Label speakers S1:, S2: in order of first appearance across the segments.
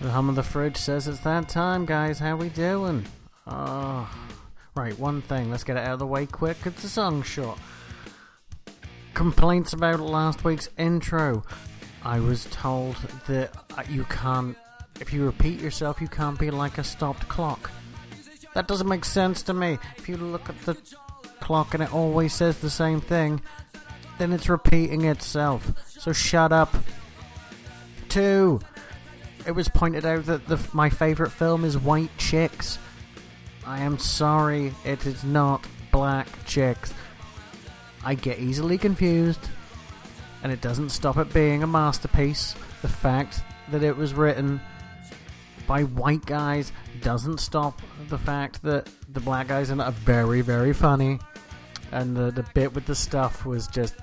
S1: The hum of the fridge says it's that time, guys. How we doing? Oh, right. One thing. Let's get it out of the way quick. It's a song shot. Complaints about last week's intro. I was told that uh, you can't. If you repeat yourself, you can't be like a stopped clock. That doesn't make sense to me. If you look at the clock and it always says the same thing, then it's repeating itself. So shut up. Two. It was pointed out that the, my favourite film is White Chicks. I am sorry, it is not Black Chicks. I get easily confused, and it doesn't stop it being a masterpiece. The fact that it was written by white guys doesn't stop the fact that the black guys in it are very, very funny. And the, the bit with the stuff was just,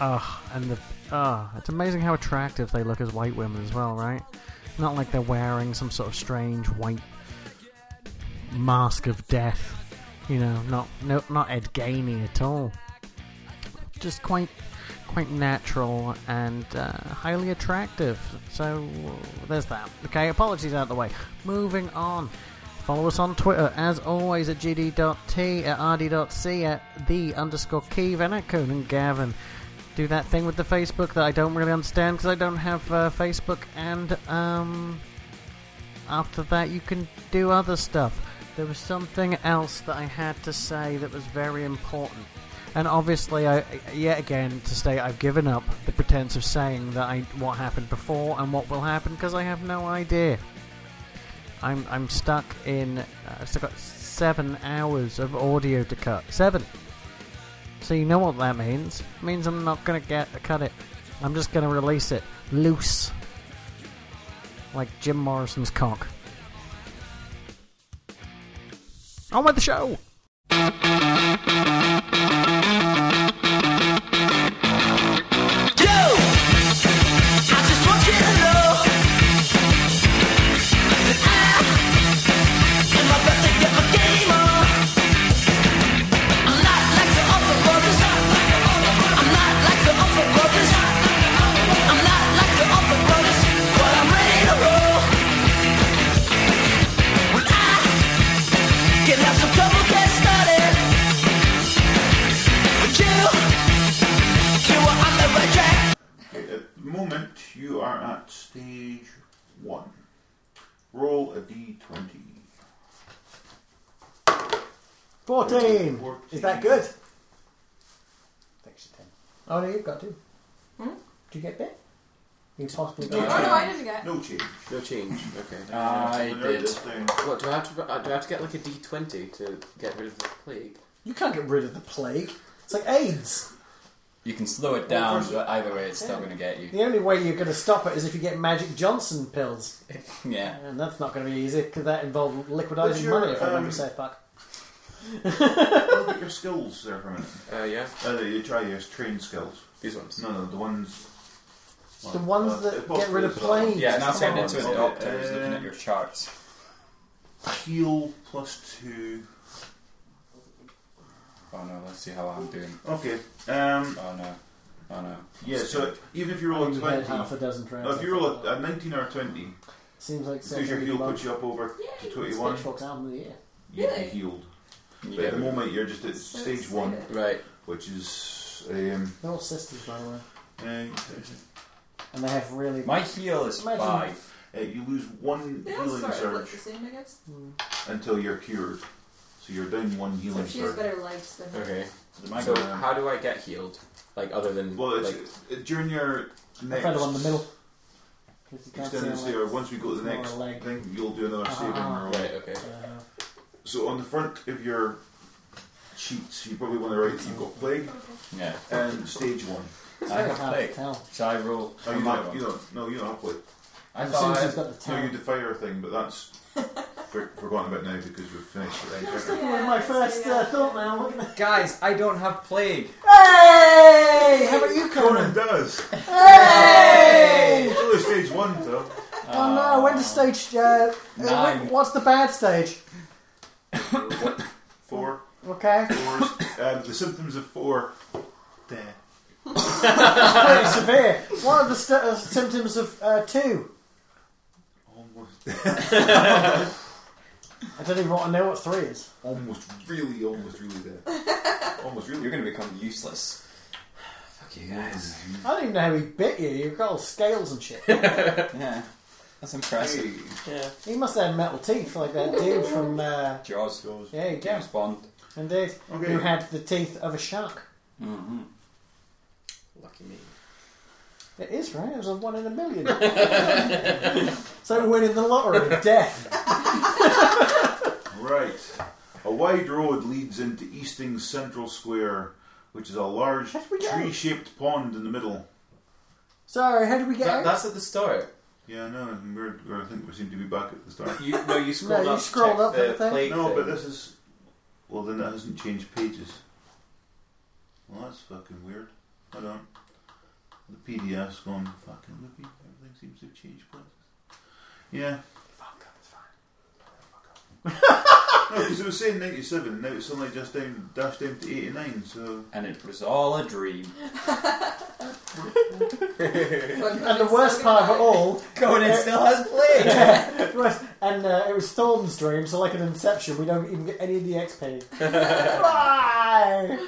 S1: ugh. And the, ugh. It's amazing how attractive they look as white women as well, right? Not like they're wearing some sort of strange white mask of death. You know, not no, not Ed Gainey at all. Just quite quite natural and uh, highly attractive. So uh, there's that. Okay, apologies out of the way. Moving on. Follow us on Twitter, as always, at gd.t, at rd.c, at the underscore Keeve, and at Conan Gavin. Do that thing with the Facebook that I don't really understand because I don't have uh, Facebook, and um, after that you can do other stuff. There was something else that I had to say that was very important. And obviously, I yet again to state I've given up the pretense of saying that I what happened before and what will happen because I have no idea. I'm I'm stuck in. Uh, I've still got seven hours of audio to cut. Seven. So you know what that means? It means I'm not gonna get cut it. I'm just gonna release it loose, like Jim Morrison's cock. On with the show.
S2: Yo! I just want you to know that I am about to get my game on. I'm not like the other brothers. I'm not like the other brothers. I'm not like the other brothers, but I'm ready to roll. When I can have some trouble get started, but you, you are on the right track.
S3: At the moment, you are at stage one. Roll a d20.
S1: 14.
S3: 14.
S1: Is that good? Thanks, 10. Oh, no, you've got two. Do you get bit? You can possibly
S3: No.
S4: Oh no, I didn't get.
S3: No change.
S5: No change. Okay.
S6: Ah,
S3: No,
S5: I did.
S3: this thing.
S5: What do I have to? uh, Do I have to get like a D twenty to get rid of the plague?
S1: You can't get rid of the plague. It's like AIDS.
S6: You can slow it down, but either way, it's still going to get you.
S1: The only way you're going to stop it is if you get Magic Johnson pills.
S6: Yeah.
S1: And that's not going to be easy because that involves
S3: What's
S1: liquidizing
S3: your,
S1: money if I remember
S3: um,
S1: safe back.
S3: Look at your skills there for a minute.
S5: Uh, yeah.
S3: Uh, you try your trained skills.
S5: These ones.
S3: No, no, the ones.
S1: The ones
S3: uh,
S1: that
S3: well,
S1: get rid of
S3: it's, uh,
S1: plague.
S6: Yeah, now
S1: Come
S6: send
S1: on.
S6: it to a
S3: on.
S6: doctor who's looking
S3: Uh,
S6: at your charts.
S3: Heal plus two.
S6: Oh no, let's see how I'm doing.
S3: Okay. Um,
S6: Oh no. Oh no.
S3: yeah, so even if you roll
S1: Oh,
S3: a
S1: you had half
S3: 20.
S1: a dozen rounds.
S3: No, if you uh, roll a, a 19 or a 20,
S1: Seems like
S3: because your
S1: something
S3: heal
S1: you
S3: puts you up over to 21,
S1: Pitchfork's album of the year.
S3: you'd be
S4: Really?
S3: healed. But
S6: Yeah.
S3: at the moment, you're just at
S4: So
S3: stage
S4: it's
S3: one,
S4: like
S6: Right.
S3: which is. Um,
S1: They're all sisters, by the way.
S3: uh,
S1: And they have really...
S6: My heel is
S1: Imagine-
S6: five.
S3: Uh, you lose one
S4: They all
S3: healing
S4: sort of
S3: surge
S4: look the same, I guess.
S3: until you're cured. So you're down one healing
S4: Except she has
S3: surge.
S4: better lives than her.
S6: Okay.
S3: Mine
S6: So
S3: go down.
S6: how do I get healed? Like other than
S3: well, it's,
S6: like
S3: uh, during your
S1: I
S3: next
S1: found the one in the middle. 'Cause you can't see
S3: extended
S1: how, like,
S3: stay, or once we go to the
S1: Smaller
S3: next
S1: leg.
S3: thing, you'll do another saving
S1: Ah.
S3: roll.
S6: right? Okay.
S1: uh,
S3: So on the front of your sheets, you probably want to write you've got plague
S6: Yeah.
S3: and stage one.
S6: I
S1: very hard
S6: have
S1: to
S6: plague.
S1: tell.
S6: Shall I roll?
S3: No, Oh, you
S6: my
S3: don't.
S6: one?
S3: You don't no, you don't have plague.
S6: I
S1: As soon
S6: thought.
S1: as
S6: I
S1: he's
S6: had-
S1: got the
S3: No, you
S1: talent.
S3: do fire thing, but that's for- forgotten about now because we've finished it. Right?
S4: That's
S1: Well, my first uh, thought now. look at that.
S6: Guys, I don't have plague.
S1: Hey! How about you,
S3: Conan
S1: Conan?
S3: does.
S1: Hey!
S3: It's only stage one, though.
S1: Oh no, when does stage. Uh, uh,
S6: Nine.
S1: wh- what's the bad stage?
S3: Four.
S1: Okay?
S3: fours. Um, the symptoms of four. There.
S1: Pretty severe. What are the st- uh, symptoms of uh, two?
S3: Almost
S1: I don't even want to know what three is.
S3: Almost really, almost really there. almost really.
S6: You're going to become useless. Fuck you guys.
S1: I don't even know how he bit you. You've got all scales and shit.
S6: Yeah. That's impressive.
S3: Hey,
S5: Yeah.
S1: he must have had metal teeth like that dude from. Uh,
S6: Jaws.
S3: Jaws.
S1: yeah, you go.
S6: James Bond.
S1: Indeed.
S3: Okay.
S1: Who had the teeth of a shark.
S5: Lucky me.
S1: It is, right? It was a one in a million. so winning the lottery, death.
S3: Right. A wide road leads into Easting's Central Square, which is a large
S1: That's where we go.
S3: tree shaped pond in the middle.
S1: Sorry, how did we get
S5: That,
S1: out?
S5: that's at the start.
S3: Yeah, no, and we're, we're, I think we seem to be back at the start.
S5: You no, you
S1: No,
S5: scrolled
S1: you
S5: up.
S1: scrolled
S5: checked
S1: up
S5: the
S1: the thing.
S5: plate
S3: no,
S5: thing.
S3: but this is. Well, then that hasn't changed pages. Well, that's fucking weird. Hold on. The PDF's gone fucking loopy. Everything seems to have changed places. Yeah. No, because it was saying 97, now it's only just down, dashed down to 89, so.
S6: And it was all a dream.
S1: and the worst part of it all,
S6: Conan still has played.
S1: was- and uh, it was Storm's dream, so like an Inception, we don't even get any of the XP. Bye.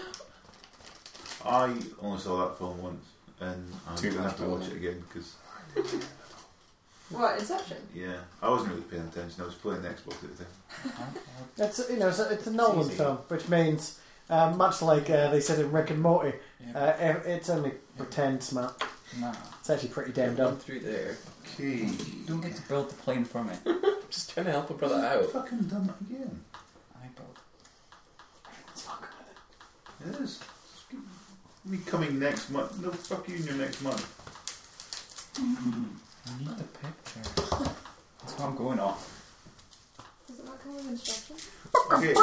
S3: I only saw that film once, and I'm
S6: Too
S3: going to
S6: much
S3: have to
S6: film.
S3: watch it again because,
S4: What, Inception?
S3: yeah, I wasn't really paying attention. I was playing the Xbox at the time.
S1: It's you know it's a, it's a Nolan
S6: easy.
S1: film, which means uh, much like uh, they said in Rick and Morty, uh, it- it's only pretend smart.
S6: Nah.
S1: It's actually pretty damn
S6: Come
S1: dumb.
S6: through there.
S3: Okay.
S6: Don't get to build the plane from it.
S5: Just trying to help a brother out.
S3: Fucking done that again.
S6: I built.
S3: It is. Me coming next month. No, fuck you and your next month.
S6: I need the picture. That's what I'm going off.
S4: Does it not come with instructions?
S3: Okay.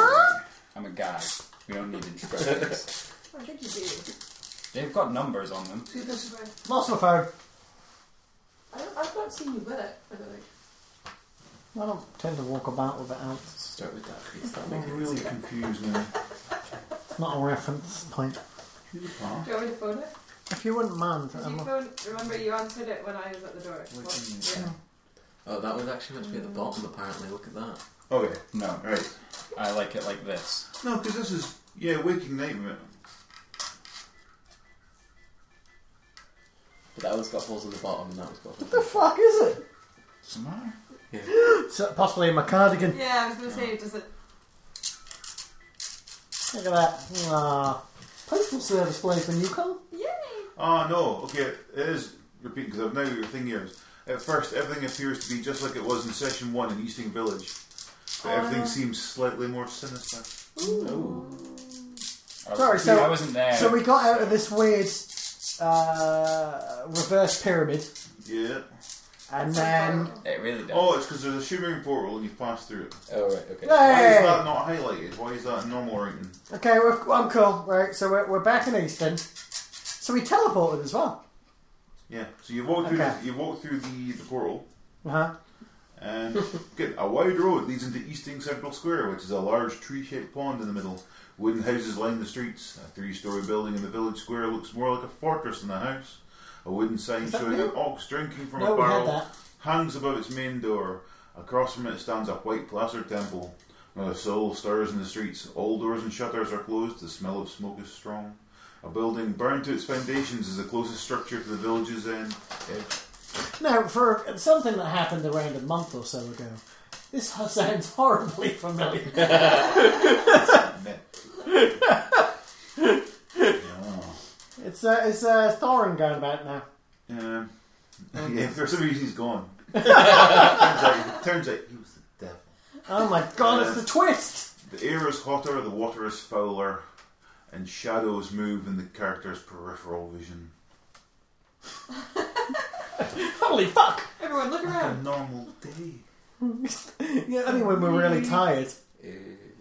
S6: I'm a guy. We don't need instructions.
S4: I think you do.
S6: They've got numbers on them.
S3: See, this is.
S1: Lost my phone.
S4: I don't, I've not seen you with it, I don't think.
S1: I don't tend to walk about with it out.
S5: Start with that piece. That
S3: I'm
S5: makes
S3: really confused now.
S1: It's not a reference point.
S3: To the past.
S4: Do you want me to phone it?
S1: If you wouldn't mind,
S4: Did
S1: I'm
S4: you
S1: not-
S4: phone, remember you answered it when I was at the door? What? Yeah.
S5: Oh, that was actually meant to be at the bottom. Apparently, look at that.
S3: Okay.
S6: No,
S3: Right.
S6: I like it like this.
S3: No, because this is. Yeah, Waking Nightmare.
S5: But that one's got holes in the bottom, and that one's got. Holes.
S1: the fuck is it?
S6: Does it matter?
S1: So possibly in my cardigan.
S4: Yeah, I was going to say, does it.
S1: Look at that. Ah, postal service place when you come.
S4: Yay!
S3: Ah, no. Okay, it is. Repeat, because I've now your thing here. is, At first, everything appears to be just like it was in session one in Easting Village. But everything seems slightly more sinister.
S6: I was-
S1: Sorry, so-
S6: I wasn't there.
S1: So we got out of this weird uh, reverse pyramid,
S3: Yeah.
S1: and then
S6: It really does.
S3: Oh, it's because there's a shimmering portal and you've passed through it.
S5: Oh right, okay.
S3: Why is
S1: hey,
S3: that not highlighted? Why is that in normal writing?
S1: okay, we're, I'm cool. Right, so we're, we're back in Easton. So we teleported as well.
S3: Yeah. So you walk through
S1: Okay.
S3: the, you walk through the, the portal
S1: Uh huh.
S3: and good. A wide road leads into Easting Central Square, which is a large tree-shaped pond in the middle. Wooden houses line the streets. A three-story building in the village square looks more like a fortress than a house. A wooden sign
S1: that
S3: showing an
S1: new?
S3: ox drinking from
S1: No,
S3: a
S1: we had
S3: barrel
S1: that.
S3: hangs above its main door. Across from it stands a white plaster temple. Not a soul stirs in the streets. All doors and shutters are closed. The smell of smoke is strong. A building burned to its foundations is the closest structure to the village's end. edge.
S1: No, for something that happened around a month or so ago. This sounds horribly familiar.
S3: Meh.
S1: it's uh, it's uh, Thorin going about now.
S3: Um, yeah, for some reason he's gone. turns, out, turns out he was the devil.
S1: Oh my god, it's the twist.
S3: The air is hotter, the water is fouler, and shadows move in the character's peripheral vision.
S1: Holy fuck!
S4: Everyone, look
S3: A
S4: around!
S3: normal day.
S1: Yeah, only when we're really tired.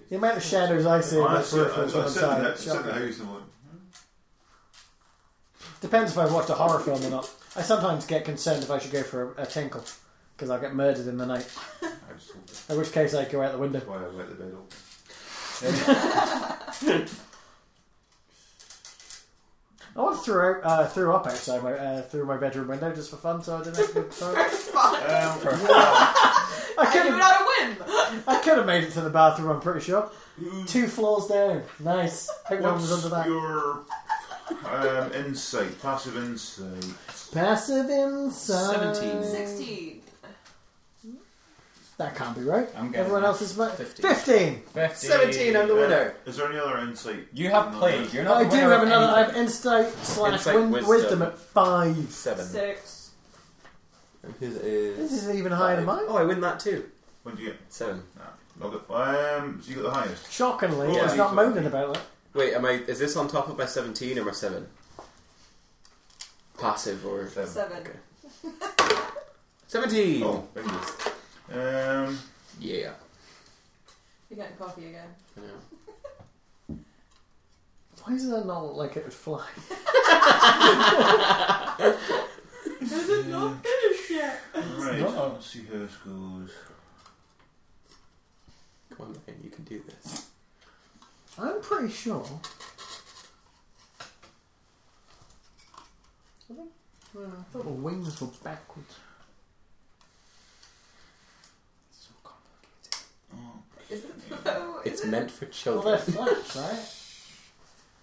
S1: The amount of shadows uh, I see in my
S3: Honestly, I, I, I,
S1: peripherals when I'm
S3: sit in
S1: tired.
S3: that- sit in the
S1: shocking.
S3: house and I'm like,
S1: Depends if I watch a horror film or not. I sometimes get concerned if I should go for a, a tinkle because I'll get murdered in the night.
S3: I just hope that's
S1: In which case, I go out the window.
S3: why I let the bed open.
S1: I once threw out, uh, threw up outside my uh, through my bedroom window just for fun, so I didn't have to.
S4: Fuck.
S3: Um,
S7: I
S4: I do
S7: could,
S4: not a
S1: Uh,
S4: win.
S7: I could have made it to the bathroom, I'm pretty sure.
S1: Mm.
S7: Two floors down. Nice. Hope no one was
S3: What's
S7: under that.
S3: your um, insight? Passive insight.
S7: Passive inside.
S6: 17.
S4: Sixteen.
S7: That can't be right.
S6: I'm getting
S7: Everyone
S6: that.
S7: else is mu-
S6: 15.
S7: 15.
S5: 17, I'm the winner.
S3: Um, Is there any other insight?
S6: You have played. You're not.
S7: I
S6: the
S7: do
S6: winner
S7: have
S6: of
S7: another. I have
S6: anything.
S7: insight slash
S5: Insight,
S7: win-
S5: wisdom.
S7: wisdom. at five.
S5: Seven.
S4: Six.
S5: His is.
S7: This is even higher than mine.
S5: Oh, I win that too.
S3: What do you get?
S5: Seven.
S3: No, no, um, so you got the highest.
S7: Shockingly,
S3: Yeah.
S7: he's not moaning about it.
S5: Wait, am I? Is this on top of my seventeen or my seven? Passive or
S3: Seven.
S4: Seven.
S5: Okay. seventeen?
S3: Oh, bingo. Um,
S5: Yeah.
S4: You're getting coffee again.
S5: I know.
S7: Why does that not look like it would fly?
S4: Is it not finished yet?
S3: right.
S6: No.
S3: Let's see how this goes.
S5: Come on, man, you can do this.
S7: I'm pretty sure. I think- well, I thought the wings were backwards.
S5: So
S4: Is it though? Is
S5: It's
S4: it?
S5: meant for
S7: Well, they're
S5: children.
S7: flaps, right?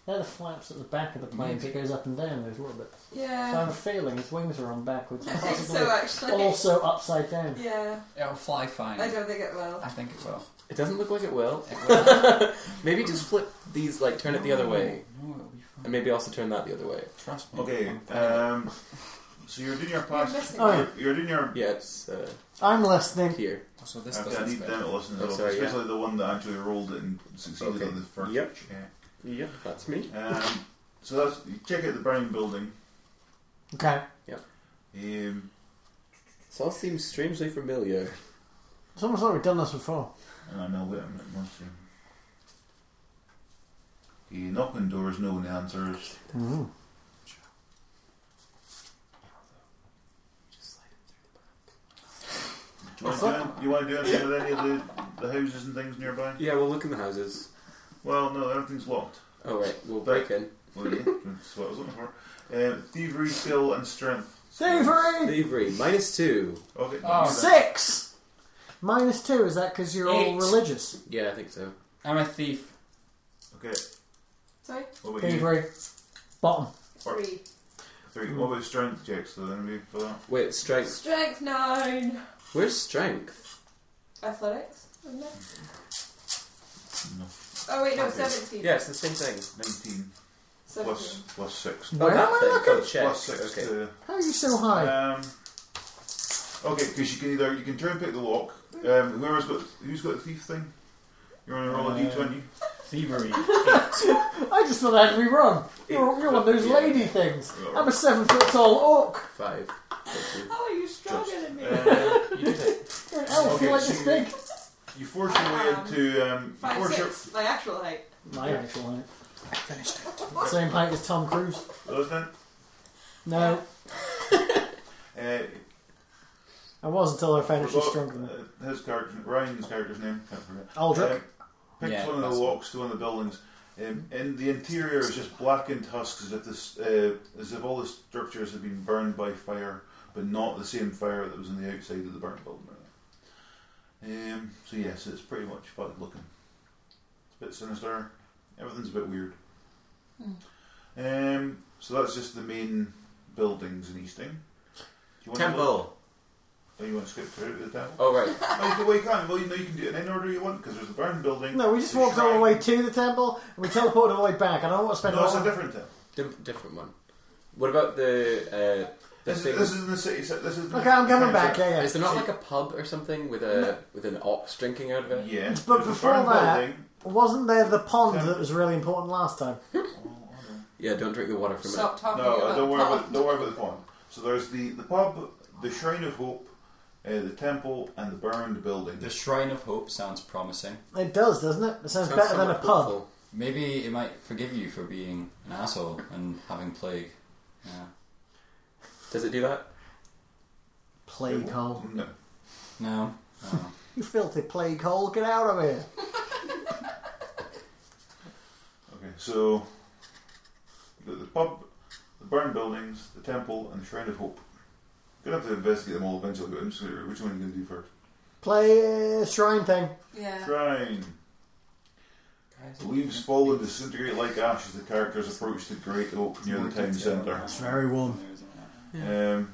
S7: They're the flaps at the back of the plane that goes up and down those little bits. So I
S4: Yeah.
S7: have a feeling his wings are on backwards.
S4: Um, I think
S7: Possibly
S4: so actually.
S7: also upside down.
S4: Yeah.
S6: It'll fly fine.
S4: I don't think it will.
S6: I think it will.
S5: It doesn't look like it will.
S6: It will.
S5: Maybe just flip these, like turn it the other way,
S6: No, it'll be fine.
S5: and maybe also turn that the other way.
S6: Trust me.
S3: Okay.
S6: I'm playing.
S3: Um, so you're doing your
S4: You're
S3: pass.
S4: missing.
S7: Oh,
S4: it.
S3: You're, you're doing your.
S5: Yeah, it's uh,
S7: I'm listening.
S5: here.
S6: so this
S3: Okay, I
S6: doesn't
S3: need
S6: fit.
S3: them to listen to
S5: Oh,
S3: it,
S5: sorry, yeah.
S3: especially the one that actually rolled it and succeeded
S5: Okay.
S3: on the first
S5: Yep.
S3: check.
S5: Yep, that's me.
S3: Um, so that's you check out the burning building.
S7: Okay.
S3: Um,
S5: This all seems strangely familiar.
S7: It's almost like we've done this before.
S3: and I know that I'm not much. The knocking doors, no one answers.
S7: Mm.
S5: Just like
S3: Do you want to do, you want to do anything with any of the, the houses and things nearby?
S5: Yeah, we'll look in the houses.
S3: Well, no, everything's locked.
S5: Oh right, we'll break in.
S3: Well, yeah, that's what I was looking for. Um, thievery, skill, and strength.
S7: Thievery! Ah.
S5: Thievery minus two.
S3: Okay.
S6: Oh,
S7: Six! Minus two, is that because you're all
S6: Eight.
S7: religious?
S5: Yeah, I think so.
S6: I'm a thief.
S3: Okay.
S4: Sorry.
S3: What about you?
S7: Thievery. Bottom.
S4: Three.
S3: Three. What about strength checks? Though, then we for that.
S5: Wait, strength.
S4: Strength nine.
S5: Where's strength?
S4: Athletics. Isn't it?
S3: No.
S4: Oh wait, no,
S3: Okay.
S4: seventeen.
S5: Yeah, it's the same thing.
S3: Nineteen
S4: Seventeen.
S3: plus plus six.
S7: Where am I looking?
S5: Oh, check.
S3: Plus six.
S5: Okay.
S3: To,
S7: How are you so high?
S3: Um, okay, because you can either you can turn pick the lock. Um, whoever's got who's got the thief thing. You want to roll a
S7: Uh,
S3: d twenty?
S6: Thievery.
S7: I just thought I had to be wrong. You're, you're one of those
S5: Yeah.
S7: lady things.
S3: Yeah.
S7: I'm a seven foot tall orc.
S5: Five. Thank you.
S4: How are you stronger than me?
S3: Uh,
S5: You did it.
S7: You're an elf.
S3: Um, Okay,
S7: you're like
S3: so
S7: this
S3: you-
S7: big.
S3: you force your way into um, you
S4: Five
S3: force your,
S4: six. My actual height.
S7: My actual height. I finished it. Same height as Tom Cruise.
S3: those then.
S7: No,
S3: Uh,
S7: I was until I found out she's
S3: forgot,
S7: stronger than me.
S3: uh, his character, Ryan's character's name. Can't forget.
S7: Aldrich.
S3: Um, picks
S6: Yeah,
S3: one of the
S6: that's one.
S3: walks to one of the buildings. Um, and the interior is just blackened husks as if this, uh, as if all the structures have been burned by fire, but not the same fire that was on the outside of the burnt building. Really. Um, so yes, it's pretty much fucked looking. It's a bit sinister. Everything's a bit weird.
S7: Hmm.
S3: Um, so that's just the main buildings in Easting. Do you want To look-
S5: Temple.
S3: oh, you want to skip through to the temple?
S5: Oh right.
S3: Oh, you can wake up. Well, you know you can do it in any order you want because there's a burn building.
S7: No, we just
S3: the
S7: walked all the
S3: shrine.
S7: way to the temple and we teleported all the way back. I don't want to spend
S3: No,
S7: all
S3: it's a
S7: the
S3: different temple.
S5: Dim- different one. What about the uh, the
S3: This,
S5: thing?
S3: this is in the city. So this is
S7: Okay, I'm coming back. Yeah, yeah.
S5: Is there not like a pub or something with a with an ox drinking out of it?
S3: Yeah,
S7: But
S3: there's a
S7: before
S3: burn
S7: that-
S3: building.
S7: Wasn't there the pond
S3: Temple.
S7: that was really important last time?
S5: Yeah, don't drink the water from
S4: Stop talking
S3: no,
S4: about
S3: don't worry
S4: pop.
S3: about don't worry about the pond. So there's the the pub, the Shrine of Hope, uh, the temple, and the burned building.
S6: The Shrine of Hope sounds promising.
S7: It does, doesn't it? It sounds,
S5: it.
S7: better than a pub.
S5: pub.
S6: Maybe it might forgive you for being an asshole and having plague. Yeah.
S5: Does it do that?
S7: Plague hole.
S3: No,
S6: No. Oh. no.
S7: You filthy plague hole, get out of here.
S3: okay. So the, the pub, the burned buildings, the temple, and the Shrine of Hope. Gonna have to investigate them all eventually. But I'm just gonna, which one are you gonna do first?
S7: Play uh, shrine thing.
S4: Yeah.
S3: Shrine. Leaves fall and disintegrate like ash as the characters approach the Great Oak near the town centre.
S6: It's
S8: very warm.
S3: Um,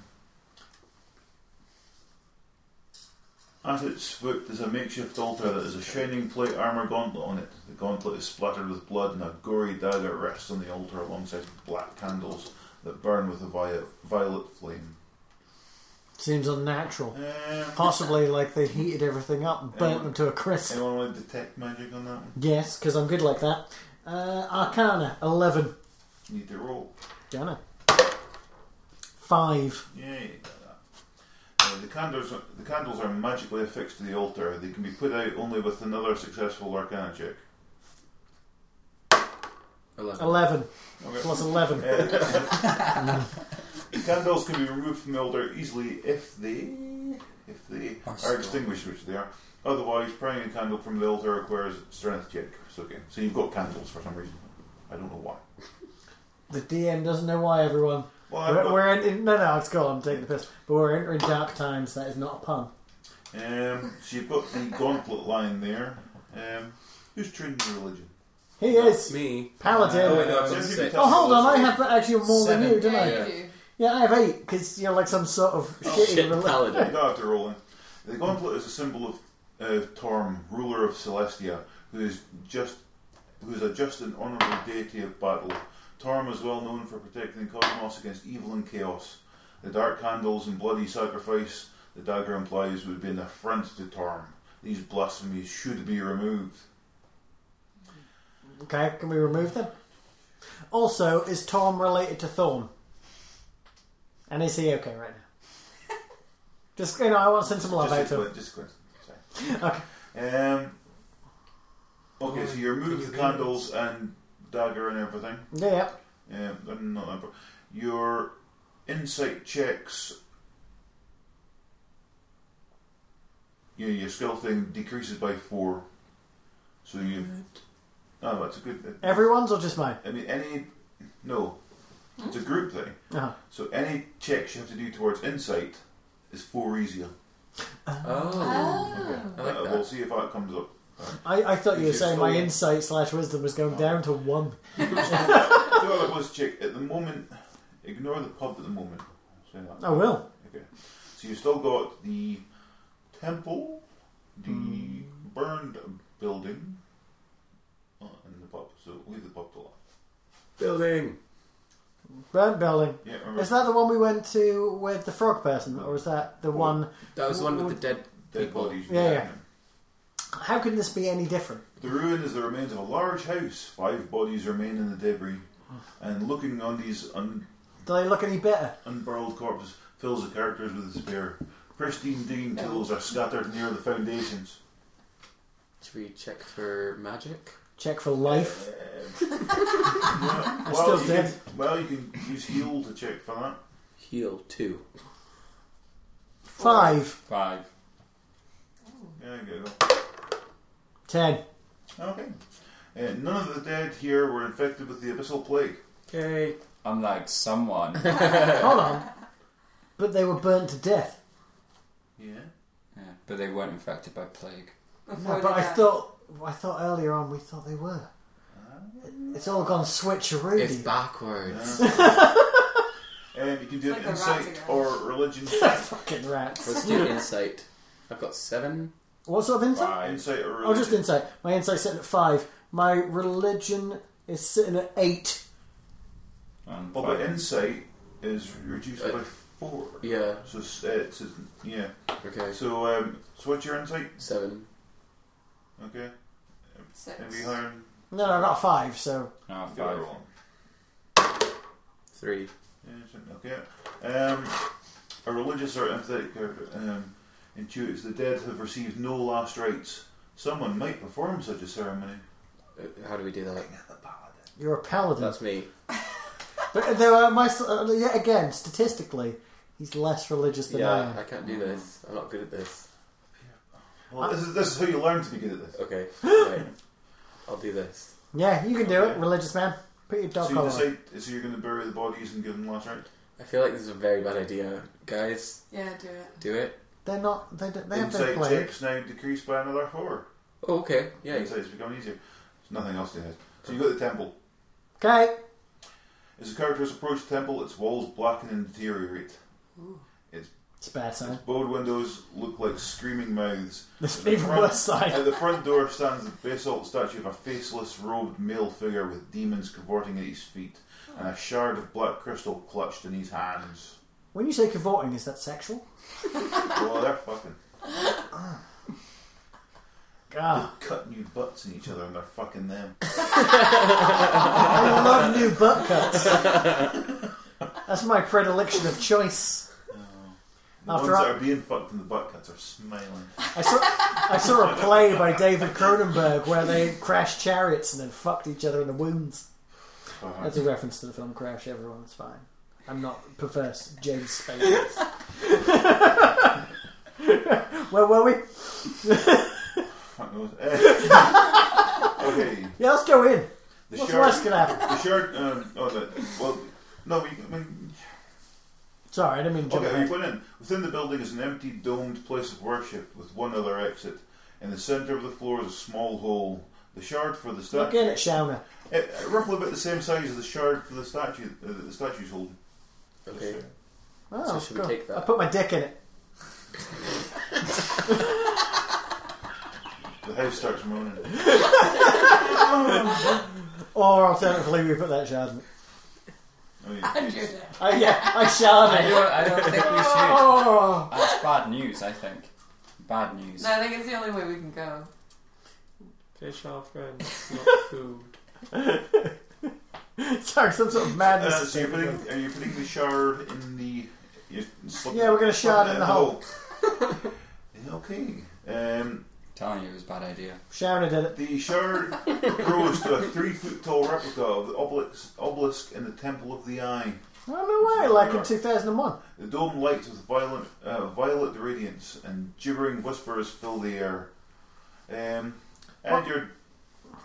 S3: at its foot is a makeshift altar that has a shining plate armour gauntlet on it. The gauntlet is splattered with blood, and a gory dagger rests on the altar alongside black candles that burn with a violet, violet flame.
S7: Seems unnatural.
S3: Um,
S7: Possibly like they heated everything up and burnt them to a crisp.
S3: anyone want to detect magic on that one?
S7: Yes, because I'm good like that. Uh, Arcana, 11.
S3: Need to roll.
S7: Gonna. 5.
S3: Yay. Uh, the candles, the candles are magically affixed to the altar. They can be put out only with another successful arcana check.
S7: 11.
S3: Okay.
S7: Plus 11.
S3: The candles can be removed from the altar easily if they if they
S6: Are
S3: are,
S6: still.
S3: extinguished, which they are. Otherwise, prying a candle from the altar requires a strength check. It's okay. So you've got candles for some reason. I don't know why.
S7: The DM doesn't know why, everyone.
S3: Well, I've
S7: We're,
S3: got-
S7: we're in, no, no, it's gone. I'm taking the piss. But we're entering dark times. That is not a pun.
S3: um, so you've got the gauntlet line there. Um, who's trained in religion?
S7: He is
S5: me.
S7: paladin.
S5: Oh, wait, no, I was
S3: So
S5: on
S3: if you
S5: six.
S3: could
S7: oh, hold on. I
S3: tell-
S7: have that actually more than you,
S6: Seven.
S7: don't I?
S4: Yeah,
S5: Yeah.
S4: you do.
S7: Yeah, I have eight because you're like some sort of shitty
S5: Oh, Shit,
S7: reli-
S3: You
S5: paladin.
S3: don't have to roll in. The gauntlet is a symbol of uh, Torm, ruler of Celestia, who is just who is a just and honourable deity of battle. Torm is well known for protecting the cosmos against evil and chaos. The dark candles and bloody sacrifice the dagger implies would be an affront to Torm. These blasphemies should be removed.
S7: Okay, can we remove them? Also, is Tom related to Thorn? And is he okay right now? Just you know, I want to send some love out
S3: Just a
S7: to him.
S3: quid, just a quid. Sorry. Um, okay, so you remove the candles and dagger and everything.
S7: Yeah, yeah.
S3: Yeah, I'm not that. pro- Your insight checks. Yeah, your skill thing decreases by four. So you. Oh, that's a good.
S7: Everyone's or just mine?
S3: I mean, any. No. It's a group thing.
S7: Uh-huh.
S3: So any checks you have to do towards insight is four easier.
S5: Oh,
S4: Oh.
S5: I like
S3: Uh,
S5: that.
S3: we'll see if that comes up.
S7: I, I thought you were
S3: Is it
S7: saying my
S3: Thorn?
S7: insight slash wisdom was going down to one.
S3: The other was check at the moment. Ignore the pub at the moment. Say that.
S7: I will.
S3: Okay. So you've still got the temple, the
S7: Hmm.
S3: burned building, uh, and the pub. So leave the pub to that.
S5: Building.
S7: Burnt building.
S3: Yeah, remember.
S7: Is that the one we went to with the frog person, or is that the one?
S5: That was the one with the dead
S3: dead
S5: people.
S3: bodies?
S7: Yeah, yeah. How can this be any different?
S3: The ruin is the remains of a large house. Five bodies remain in the debris, and looking on these un-
S7: Do they look any better?
S3: unburled corpses fills the characters with despair. Pristine digging tools are scattered near the foundations.
S5: Should we check for magic?
S7: Check for life.
S3: Yeah,
S7: still
S3: you
S7: dead.
S3: Can, well, you can use heal to check for that.
S5: Heal two.
S7: Five,
S6: Five.
S3: There you go.
S7: ten.
S3: Okay. Uh, none of the dead here were infected with the abyssal plague.
S5: Okay.
S6: Unlike someone.
S7: Hold on. But they were burnt to death.
S3: Yeah.
S6: Yeah, but they weren't infected by plague.
S7: No, but I thought I thought earlier on we thought they were. It's all gone switcheroo.
S5: It's backwards.
S3: And you can do
S4: It's
S3: an
S4: like a rat
S3: insight
S4: again.
S3: or religion check.
S7: Fucking rats.
S5: Let's do insight. I've got seven.
S7: What sort of insight?
S6: Five.
S3: insight or religion.
S7: Oh, just insight. My insight's sitting at five. My religion is sitting at eight.
S6: And
S3: Well, but
S6: five.
S3: insight is reduced
S5: Uh,
S3: by four.
S5: Yeah.
S3: So s- uh, it's yeah.
S5: Okay.
S3: So um, so what's your insight?
S5: Seven.
S3: Okay.
S4: Six.
S3: Maybe higher. than-
S7: No, no, I got a five. So
S6: No,
S3: the other
S6: five.
S3: one.
S5: Three.
S3: Yeah, something- Okay. Um, a religious or empathetic character um, intuits the dead have received no last rites. Someone might perform such a ceremony.
S5: Uh, How do we do that?
S7: you're a paladin.
S5: That's me.
S7: But there are my uh, yet again statistically, he's less religious than I
S5: Yeah,
S7: am.
S5: I can't do this. I'm not good at this.
S3: Well, this is this is how you learn to be good at this.
S5: Okay. Right. I'll do this.
S7: Yeah, you can do it,
S3: Okay.
S7: religious man. Put your dog
S3: So you
S7: collar. on.
S3: decide. So you're going to bury the bodies and give them last rites.
S5: I feel like this is a very bad idea. Guys,
S4: Yeah, do it.
S5: do it.
S7: They're not. They, don't- they have their
S3: Insight
S7: plague.
S3: checks now decreased by another four.
S5: Oh, okay. Yeah.
S3: Insight's becoming easier. There's nothing else to hit. So you go to the temple.
S7: Okay.
S3: As the characters approach the temple, its walls blacken and deteriorate.
S7: It's a bad sign.
S3: Bowed windows look like screaming mouths.
S7: This
S3: At
S7: is
S3: the
S7: even
S3: front-
S7: worse sign.
S3: At the front door stands the basalt statue of a faceless, robed male figure with demons cavorting at his feet and a shard of black crystal clutched in his hands.
S7: When you say cavorting, is that sexual?
S3: Well, they're fucking
S7: God.
S3: cutting you butts in each other and they're fucking them.
S7: I love new butt cuts. That's my predilection of choice.
S3: The
S7: After
S3: ones
S7: I-
S3: that are being fucked in the butt cuts are smiling.
S7: I saw, I saw a play by David Cronenberg where they crashed chariots and then fucked each other in the wounds.
S3: Uh-huh.
S7: That's a reference to the film Crash. Everyone, it's fine. I'm not perverse, James Spade. Where were we?
S3: Fuck knows. Eh. okay.
S7: Yeah, let's go in.
S3: The
S7: What's the
S3: shard.
S7: worst gonna happen?
S3: The shard. Um, oh, the, well, no, we, I mean,
S7: Sorry, I didn't mean to jump
S3: Okay, we
S7: ahead.
S3: went in. Within the building is an empty domed place of worship with one other exit. In the centre of the floor is a small hole. The shard for the
S7: Look in
S3: statue,
S7: at Shauna.
S3: eh, roughly about the same size as the shard for the statue uh, that the statue's holding.
S5: Okay.
S7: Oh,
S5: should we
S7: God.
S5: take that?
S7: I put my dick in it.
S3: The house starts moaning.
S7: Or alternatively, we put that shard in it.
S3: I mean,
S4: Andrew
S3: it's-
S4: did.
S7: Oh, yeah, I shard
S6: I
S7: it.
S6: don't, I don't think we should.
S7: Oh.
S6: That's bad news, I think. Bad news.
S4: No, I think it's the only way we can go.
S5: Fish our friends, not food.
S7: Sorry, some sort of
S3: uh,
S7: madness. is
S3: so you're
S7: taking
S3: putting, are you putting the shard in the? You're slipping-
S7: Yeah, we're gonna shard
S3: slipping
S7: in the
S3: hole. okay. Um,
S6: telling you it was a bad idea.
S7: Shauna did it.
S3: The shard grows to a three foot tall replica of the obelisk, obelisk in the Temple of the Eye.
S7: Oh, no way, like in 2001.
S3: The dome lights with violent, uh, violet radiance and gibbering whispers fill the air. Um, and your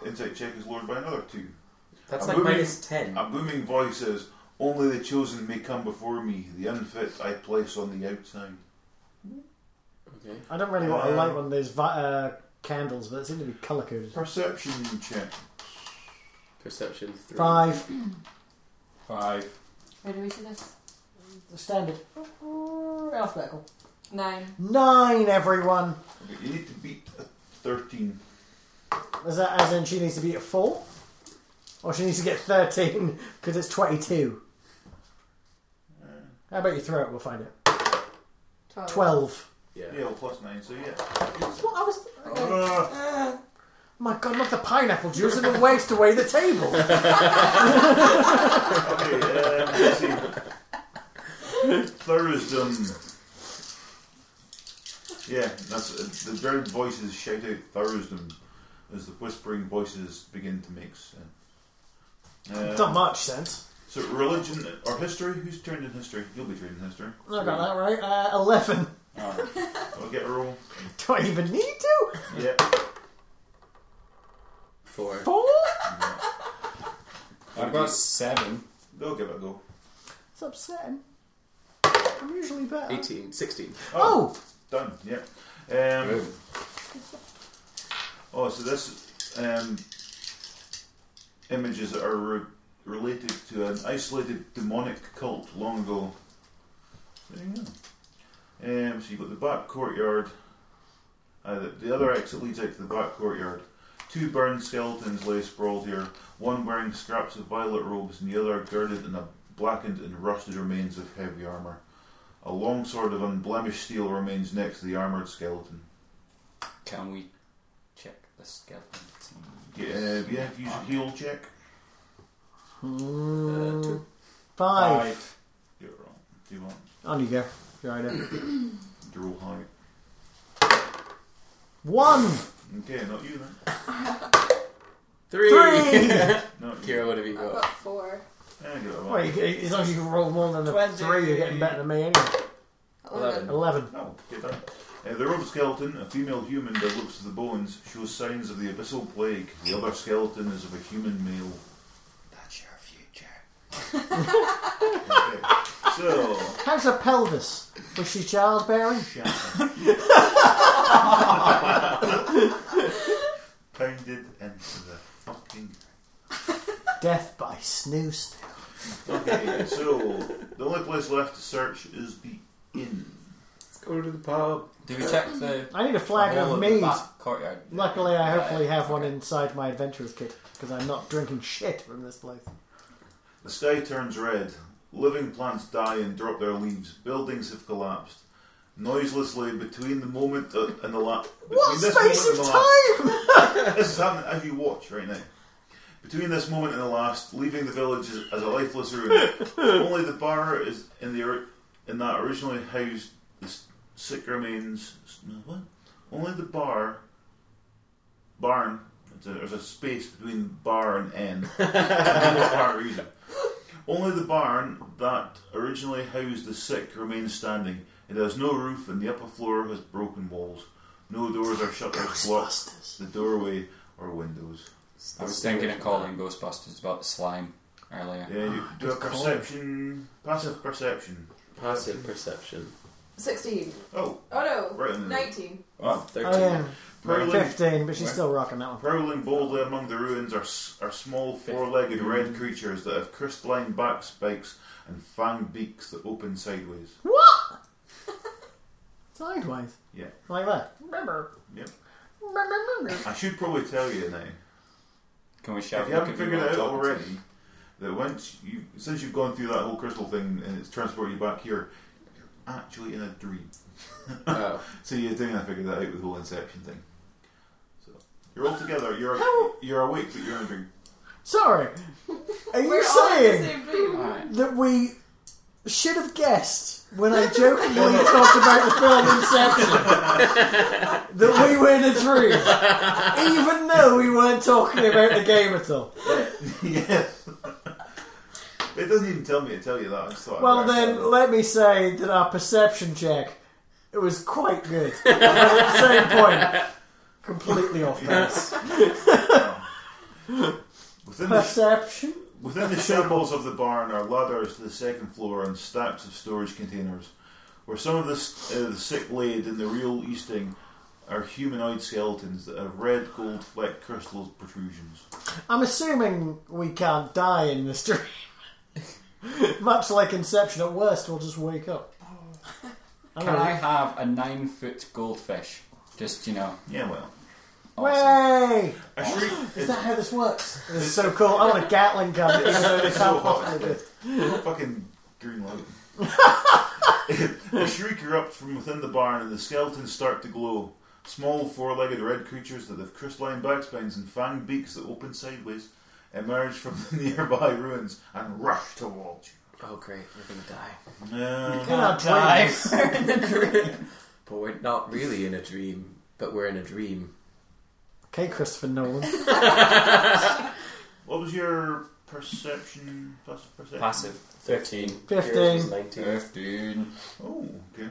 S3: insight check is lowered by another two.
S5: That's
S3: A
S5: like
S3: movie-
S5: minus ten.
S3: A booming voice says, Only the chosen may come before me, the unfit I place on the outside.
S5: Okay.
S7: I don't really want to
S3: Um,
S7: light one of those vi- uh, candles, but it seemed to be colour coded.
S3: Perception check.
S5: Perception three.
S7: Five.
S6: Five.
S4: Where do we see this?
S7: The standard. Alphabetical.
S4: Nine.
S7: Nine, everyone.
S3: You need to beat a 13.
S7: Is that as in she needs to be at four? Or she needs to get 13 because it's 22? How about you throw it? We'll find it.
S4: Twelve.
S7: 12.
S5: Yeah.
S3: Yeah, well, plus 9, so yeah.
S7: That's what I was. My god, not the pineapple juice and it waste away the table.
S3: Okay, uh, let's see. Thursdom. Yeah, that's uh, the drowned voices shout out Thursdom as the whispering voices begin to mix. Uh,
S7: not much sense.
S3: so religion or history? Who's turned in history? You'll be turned in history.
S7: I got that right. Uh, 11.
S3: I'll get a roll.
S7: Do I even need to?
S3: Yeah.
S5: Four.
S7: Four?
S6: I've got seven.
S3: They'll give it a go.
S7: It's upsetting. I'm usually better.
S5: Eighteen. Sixteen.
S7: Oh!
S3: Done. Yeah. Um,
S6: Boom.
S3: Oh, so this um, images are re- related to an isolated demonic cult long ago. There you go. Um, so you've got the back courtyard. Uh, the, the other exit leads out to the back courtyard. Two burned skeletons lay sprawled here, one wearing scraps of violet robes and the other girded in a blackened and rusted remains of heavy armour. A long sword of unblemished steel remains next to the armoured skeleton.
S6: Can we check the skeleton?
S3: Yeah, uh, yeah, use a heal check.
S5: Uh, two.
S7: Five.
S3: You're wrong. Do you want
S7: On you go. You're right there.
S3: to roll high?
S7: One!
S3: Okay, not you then.
S5: Three.
S7: Three!
S3: Not you.
S5: Kira, what have you
S4: I've
S5: got?
S4: got four.
S3: Yeah, give it a whirl.
S7: Well, you, as long as you can roll more than a
S6: Twenty.
S7: three, you're getting better than me anyway.
S4: Eleven.
S7: Eleven.
S3: No, get done. Uh, the robed skeleton, a female human that looks to the bones, shows signs of the abyssal plague. The other skeleton is of a human male.
S6: That's your future.
S3: Okay. So,
S7: How's her pelvis? Was she childbearing?
S3: pounded into the fucking.
S7: Death by snooze.
S3: Okay, so the only place left to search is the inn.
S5: Let's go to the pub.
S6: Do we check the
S7: I need a flag
S6: wall
S7: of
S6: at the
S7: mead.
S6: back courtyard?
S7: Luckily, I hopefully have one inside my adventurer's kit because I'm not drinking shit from this place.
S3: The sky turns red. Living plants die and drop their leaves. Buildings have collapsed. Noiselessly, between the moment uh, and the last.
S7: What space of time?
S3: This is happening as you watch right now. Between this moment and the last, leaving the village as, as a lifeless ruin. Only the bar is in the or- in that originally housed the s- sick remains. no, What? Only the bar barn. it's a- there's a space between bar and end. For no apparent reason. Only the barn that originally housed the sick remains standing. It has no roof, and the upper floor has broken walls. No doors or shutters blocked
S7: Ghostbusters.
S3: the doorway or windows.
S6: I was thinking of calling Ghostbusters about the slime earlier.
S3: Yeah, you do a
S7: good call.
S3: perception, passive perception.
S5: Passive perception.
S4: 16.
S3: Oh,
S4: Oh
S3: Right in the
S4: no.
S3: middle.
S4: 19.
S3: wow.
S5: Thirteen.
S7: Oh yeah,
S3: Prowling,
S7: fifteen, but she's still rocking that one.
S3: prowling boldly among the ruins are, s- are small four-legged
S6: Hmm.
S3: red creatures that have crystalline back spikes and fanged beaks that open sideways.
S7: What? Sideways,
S3: Yeah,
S7: like that.
S3: yep. I should probably tell you now.
S6: Can we shout?
S3: if you
S6: look
S3: haven't
S6: at
S3: figured
S6: while
S3: it out
S6: I'm talking to
S3: already,
S6: you?
S3: that once you since you've gone through that whole crystal thing and it's transported you back here, you're actually in a dream.
S5: Oh.
S3: So you're doing I figured that out with the whole inception thing. So you're all together. You're
S7: How-
S3: you're awake, but you're in a dream.
S7: Sorry, are
S4: We're all
S7: you
S4: in the
S7: saying
S4: same room.
S7: that we should have guessed when I jokingly talked about the film Inception that we were in a dream, even though we weren't talking about the game at all?
S3: yes. But it doesn't even tell me to tell you that. I just thought. I'd
S7: Well,
S3: better
S7: then,
S3: tell you.
S7: let me say that our perception check it was quite good. At the same point, completely off base.
S3: within the
S7: Perception.
S3: within the shambles of the barn are ladders to the second floor and stacks of storage containers, where some of the, s- uh, the sick laid in the real Easting are humanoid skeletons that have red gold flecked crystal protrusions.
S7: I'm assuming we can't die in this dream. Much like Inception, at worst, we'll just wake up. I
S6: Oh. Can
S7: know.
S6: I have a nine foot goldfish? Just, you know.
S3: Yeah, well,
S6: awesome.
S7: Way!
S3: I shriek.
S7: Is that how this works? This is so cool. I want a Gatling gun. even though they
S3: It's
S7: can't
S3: so hot.
S7: possibly do it.
S3: Fucking green light. a shriek erupts from within the barn and the skeletons start to glow. Small four legged red creatures that have crystalline backspines and fanged beaks that open sideways emerge from the nearby ruins and rush towards you. Uh,
S5: Oh great, we're gonna die.
S3: No.
S7: In our
S6: Die.
S7: dreams.
S5: But we're not really in a dream. But we're in a dream.
S7: Okay, Christopher Nolan.
S3: What was your perception? Plus perception?
S6: Passive.
S5: Thirteen.
S7: Fifteen.
S5: Yours was Nineteen.
S6: Fifteen.
S3: Oh, okay.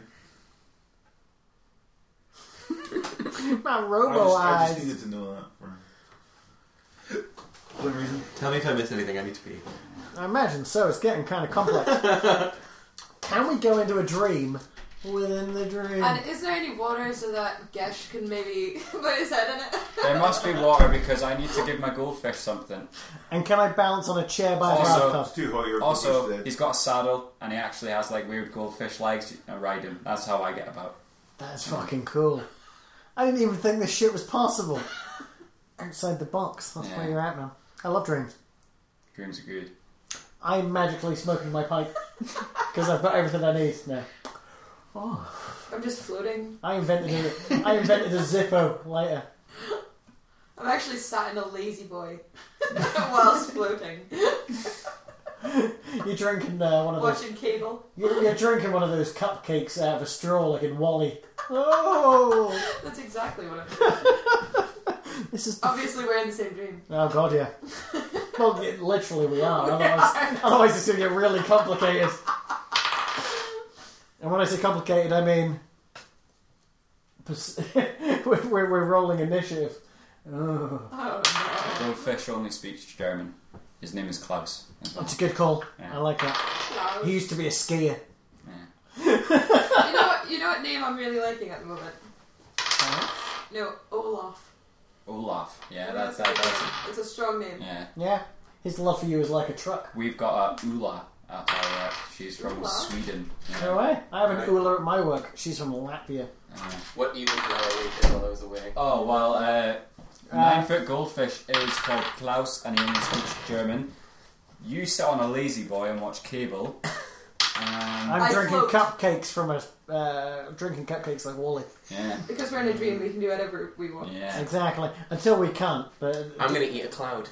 S7: My
S3: I
S7: robo
S3: just, I just
S7: eyes.
S3: needed to know that for one reason.
S5: Tell me if I missed anything. I need to pee.
S7: I imagine so. It's getting kind of complex. Can we go into a dream within the dream?
S4: And is there any water so that Gesh can maybe put his head in it?
S6: There must be water because I need to give my goldfish something.
S7: And can I balance on a chair by the
S6: Also-
S7: bathtub?
S3: It's too hot. You're
S6: Also,
S3: confused there.
S6: he's got a saddle and he actually has like weird goldfish legs. I ride him. That's how I get about.
S7: That's fucking cool. I didn't even think this shit was possible. Outside the box. That's where
S6: Yeah.
S7: you're at now. I love dreams.
S6: Dreams are good.
S7: I'm magically smoking my pipe because I've got everything I need now.
S4: I'm just floating.
S7: I invented a, I invented a Zippo later.
S4: I'm actually sat in a lazy boy whilst floating,
S7: You're drinking uh, one of those.
S4: watching cable.
S7: You're, you're drinking one of those cupcakes out of a straw, like in Wally. Oh,
S4: That's exactly what I'm doing.
S7: this is.
S4: Obviously, we're in the same dream.
S7: Oh god, yeah. Well, yeah, literally we are. Otherwise, otherwise it's going to get really complicated. And when I say complicated, I mean pers- we're, we're we're rolling initiative. Ugh.
S4: Oh no.
S6: Goldfish only speaks German. His name is Klaus. as well.
S7: That's a good call.
S6: Yeah.
S7: I like that.
S4: Klaus.
S7: He used to be a skier.
S4: You know what? You know what name I'm really liking at the moment? No, Olaf.
S6: Olaf. Yeah, that's that, that's it.
S4: It's a strong name.
S6: Yeah.
S7: Yeah. His love for you is like a truck.
S6: We've got a Ula at our work. She's from
S4: Ula?
S6: Sweden. Yeah.
S7: No way. I have an
S6: Right.
S7: Ula at my work. She's from Latvia.
S6: Uh,
S5: What even did I wait till I was away?
S6: oh well, uh,
S7: Um,
S6: nine foot goldfish is called Klaus, and he only speaks German. You sit on a lazy boy and watch cable. Um,
S7: I'm
S4: I
S7: drinking
S4: float.
S7: cupcakes from a uh, drinking cupcakes like Wally.
S6: yeah,
S4: Because we're in a dream, we can do whatever we want.
S6: yeah.
S7: Exactly. Until we can't. But
S5: I'm gonna eat a cloud.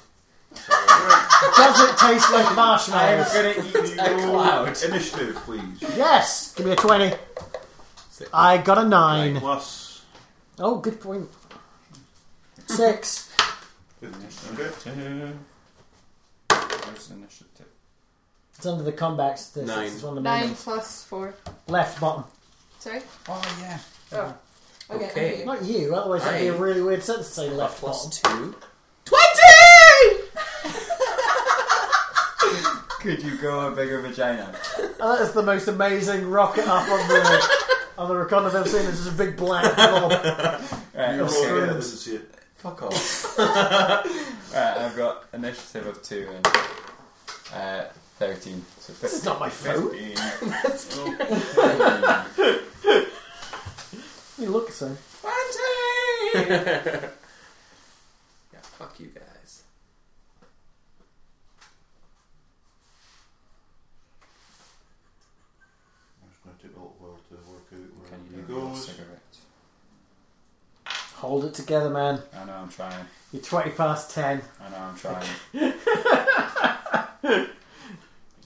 S7: does it taste like
S3: I'm
S7: marshmallows?
S3: gonna eat
S6: A cloud.
S3: you. Initiative, please.
S7: Yes. Give me a twenty. I got a nine.
S3: Plus.
S7: Oh, good point. Six.
S3: Okay.
S6: Where's initiative?
S7: It's under the combat statistics.
S5: Nine.
S7: It's one of the main
S8: Nine
S7: ones.
S8: plus four.
S7: Left bottom.
S8: Sorry?
S6: Oh yeah.
S4: Oh. Okay.
S5: Okay.
S4: okay.
S7: Not you. Otherwise, it'd be a
S5: Aye.
S7: really weird sentence to say left
S5: Plus
S7: bottom.
S5: two.
S8: Twenty!
S6: Could you grow a bigger vagina?
S7: Oh, that is the most amazing rocket up on the on the record I've ever seen. It's just a big black blob.
S6: Right,
S3: You roll
S6: okay.
S3: it, I didn't see it.
S6: Fuck off. right, I've got initiative of two and uh, thirteen. So
S7: This is not my phone.
S6: fifteen.
S7: You look so.
S5: Yeah, fuck you guys.
S3: It's going to take a little while to work out where
S6: Can
S3: he
S6: you do a
S3: goes.
S6: cigarette?
S7: Hold it together, man.
S6: I know I'm trying.
S7: You're twenty past ten.
S6: I know I'm trying.
S3: You've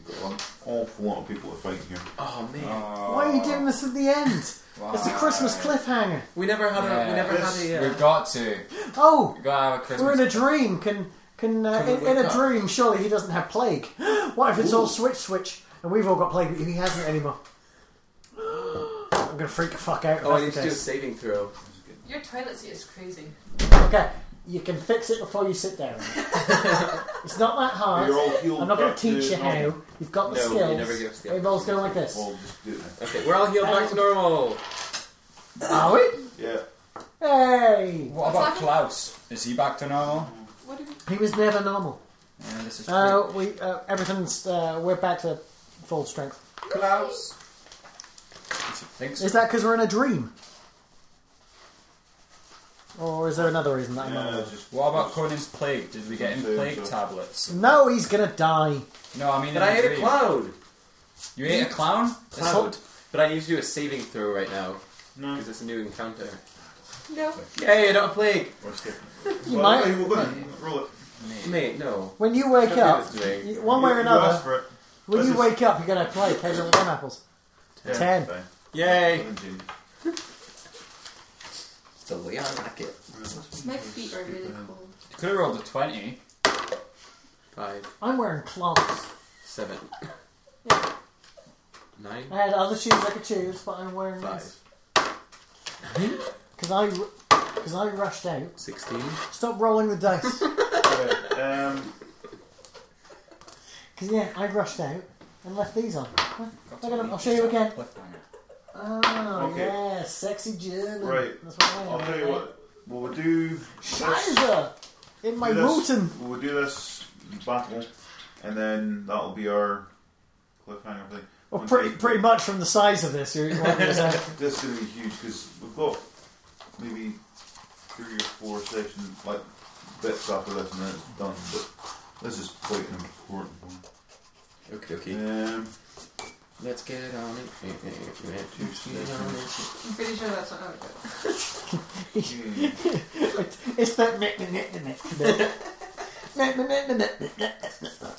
S3: got an awful lot of people to fight here.
S5: Oh man,
S7: Why are you doing this at the end? It's a Christmas
S6: clip.
S7: cliffhanger.
S5: we never had a. We
S6: Yeah.
S5: never had a.
S6: Uh, We've
S5: Uh,
S6: got to.
S7: Oh,
S6: We've got to have a Christmas.
S7: we're in a dream. Can can uh,
S5: Can we
S7: in, in
S5: wake
S7: a
S5: up?
S7: dream? Surely he doesn't have plague. What if it's all switch switch and we've all got plague, but he hasn't anymore? I'm gonna freak the fuck out. if
S5: oh, I need
S7: that's
S5: to
S7: the
S5: do a
S7: case.
S5: saving throw.
S4: Your toilet seat is crazy.
S7: Okay, you can fix it before you sit down. it's not that hard.
S3: You're all healed
S7: I'm not going
S3: going
S7: to teach you how. You've got the
S5: No,
S7: skills.
S5: you never give us the
S7: it involves going like this.
S3: Well, just do it now.
S5: Okay, we're all healed back to normal.
S7: Are we?
S3: Yeah.
S7: Hey!
S6: What about Klaus? Is he back to normal?
S4: What do we?
S7: He was never normal.
S6: Yeah, this is
S7: Uh, we uh, everything's uh, we're back to full strength.
S6: Klaus. Thanks.
S7: Is that because we're in a dream? Or is there another reason that I'm not
S3: Yeah,
S7: aware?
S3: just
S6: What about Conan's plague? Did we get him
S3: Same,
S6: plague
S3: so-
S6: tablets?
S7: No, he's gonna die.
S6: No, I mean.
S5: But
S6: in
S5: I ate a
S6: dream.
S5: cloud.
S6: You ate a clown?
S5: Cloud. But I need to do a saving throw right now
S3: No.
S5: because it's a new encounter.
S4: No.
S5: Yay, I don't have plague.
S3: We're skipping.
S7: You
S3: Well,
S7: might.
S3: hey, we're going to roll it.
S5: Mate, no.
S7: When you wake
S5: Don't do
S7: up,
S5: this to me.
S7: you- one way
S3: You-
S7: or
S3: you asked
S7: another,
S3: for it.
S7: when you
S3: This is-
S7: wake up, you're gonna play Cave of Lemon Apples. Ten.
S3: Fine.
S5: Yay.
S3: Seventeen.
S5: It's a Leon racket.
S8: My feet are really cold.
S6: You could have rolled a 20.
S5: Five,
S7: I'm wearing clogs.
S5: seven, nine,
S7: I had other shoes I could choose, but I'm wearing
S5: five,
S7: these because I because I rushed out.
S5: sixteen.
S7: Stop rolling the dice.
S3: Yeah, um,
S7: Because yeah, I rushed out and left these on. Look at them. I'll show you again.
S6: Cliffhanger.
S7: Oh
S3: Okay.
S7: yeah, sexy German.
S3: Right.
S7: That's what I
S3: I'll tell you
S7: right?
S3: what. Well, we'll do. This,
S7: Scheiße! In my
S3: do this-
S7: Roten.
S3: We'll do this battle, and then that'll be our cliffhanger thing.
S7: Well, pretty pretty much from the size of this, uh, you're, you're saying.
S3: This is going to be huge because we've got maybe three or four sessions, like bits after this, and then it's done. But this is quite an important one.
S5: Okay, okay.
S3: Um,
S5: Let's get on it.
S3: two sessions.
S4: I'm pretty sure that's not how it goes.
S3: Hmm.
S7: It's- it's that nit nit nit nit nit. Nit, nit, nit, nit, nit, nit, nit.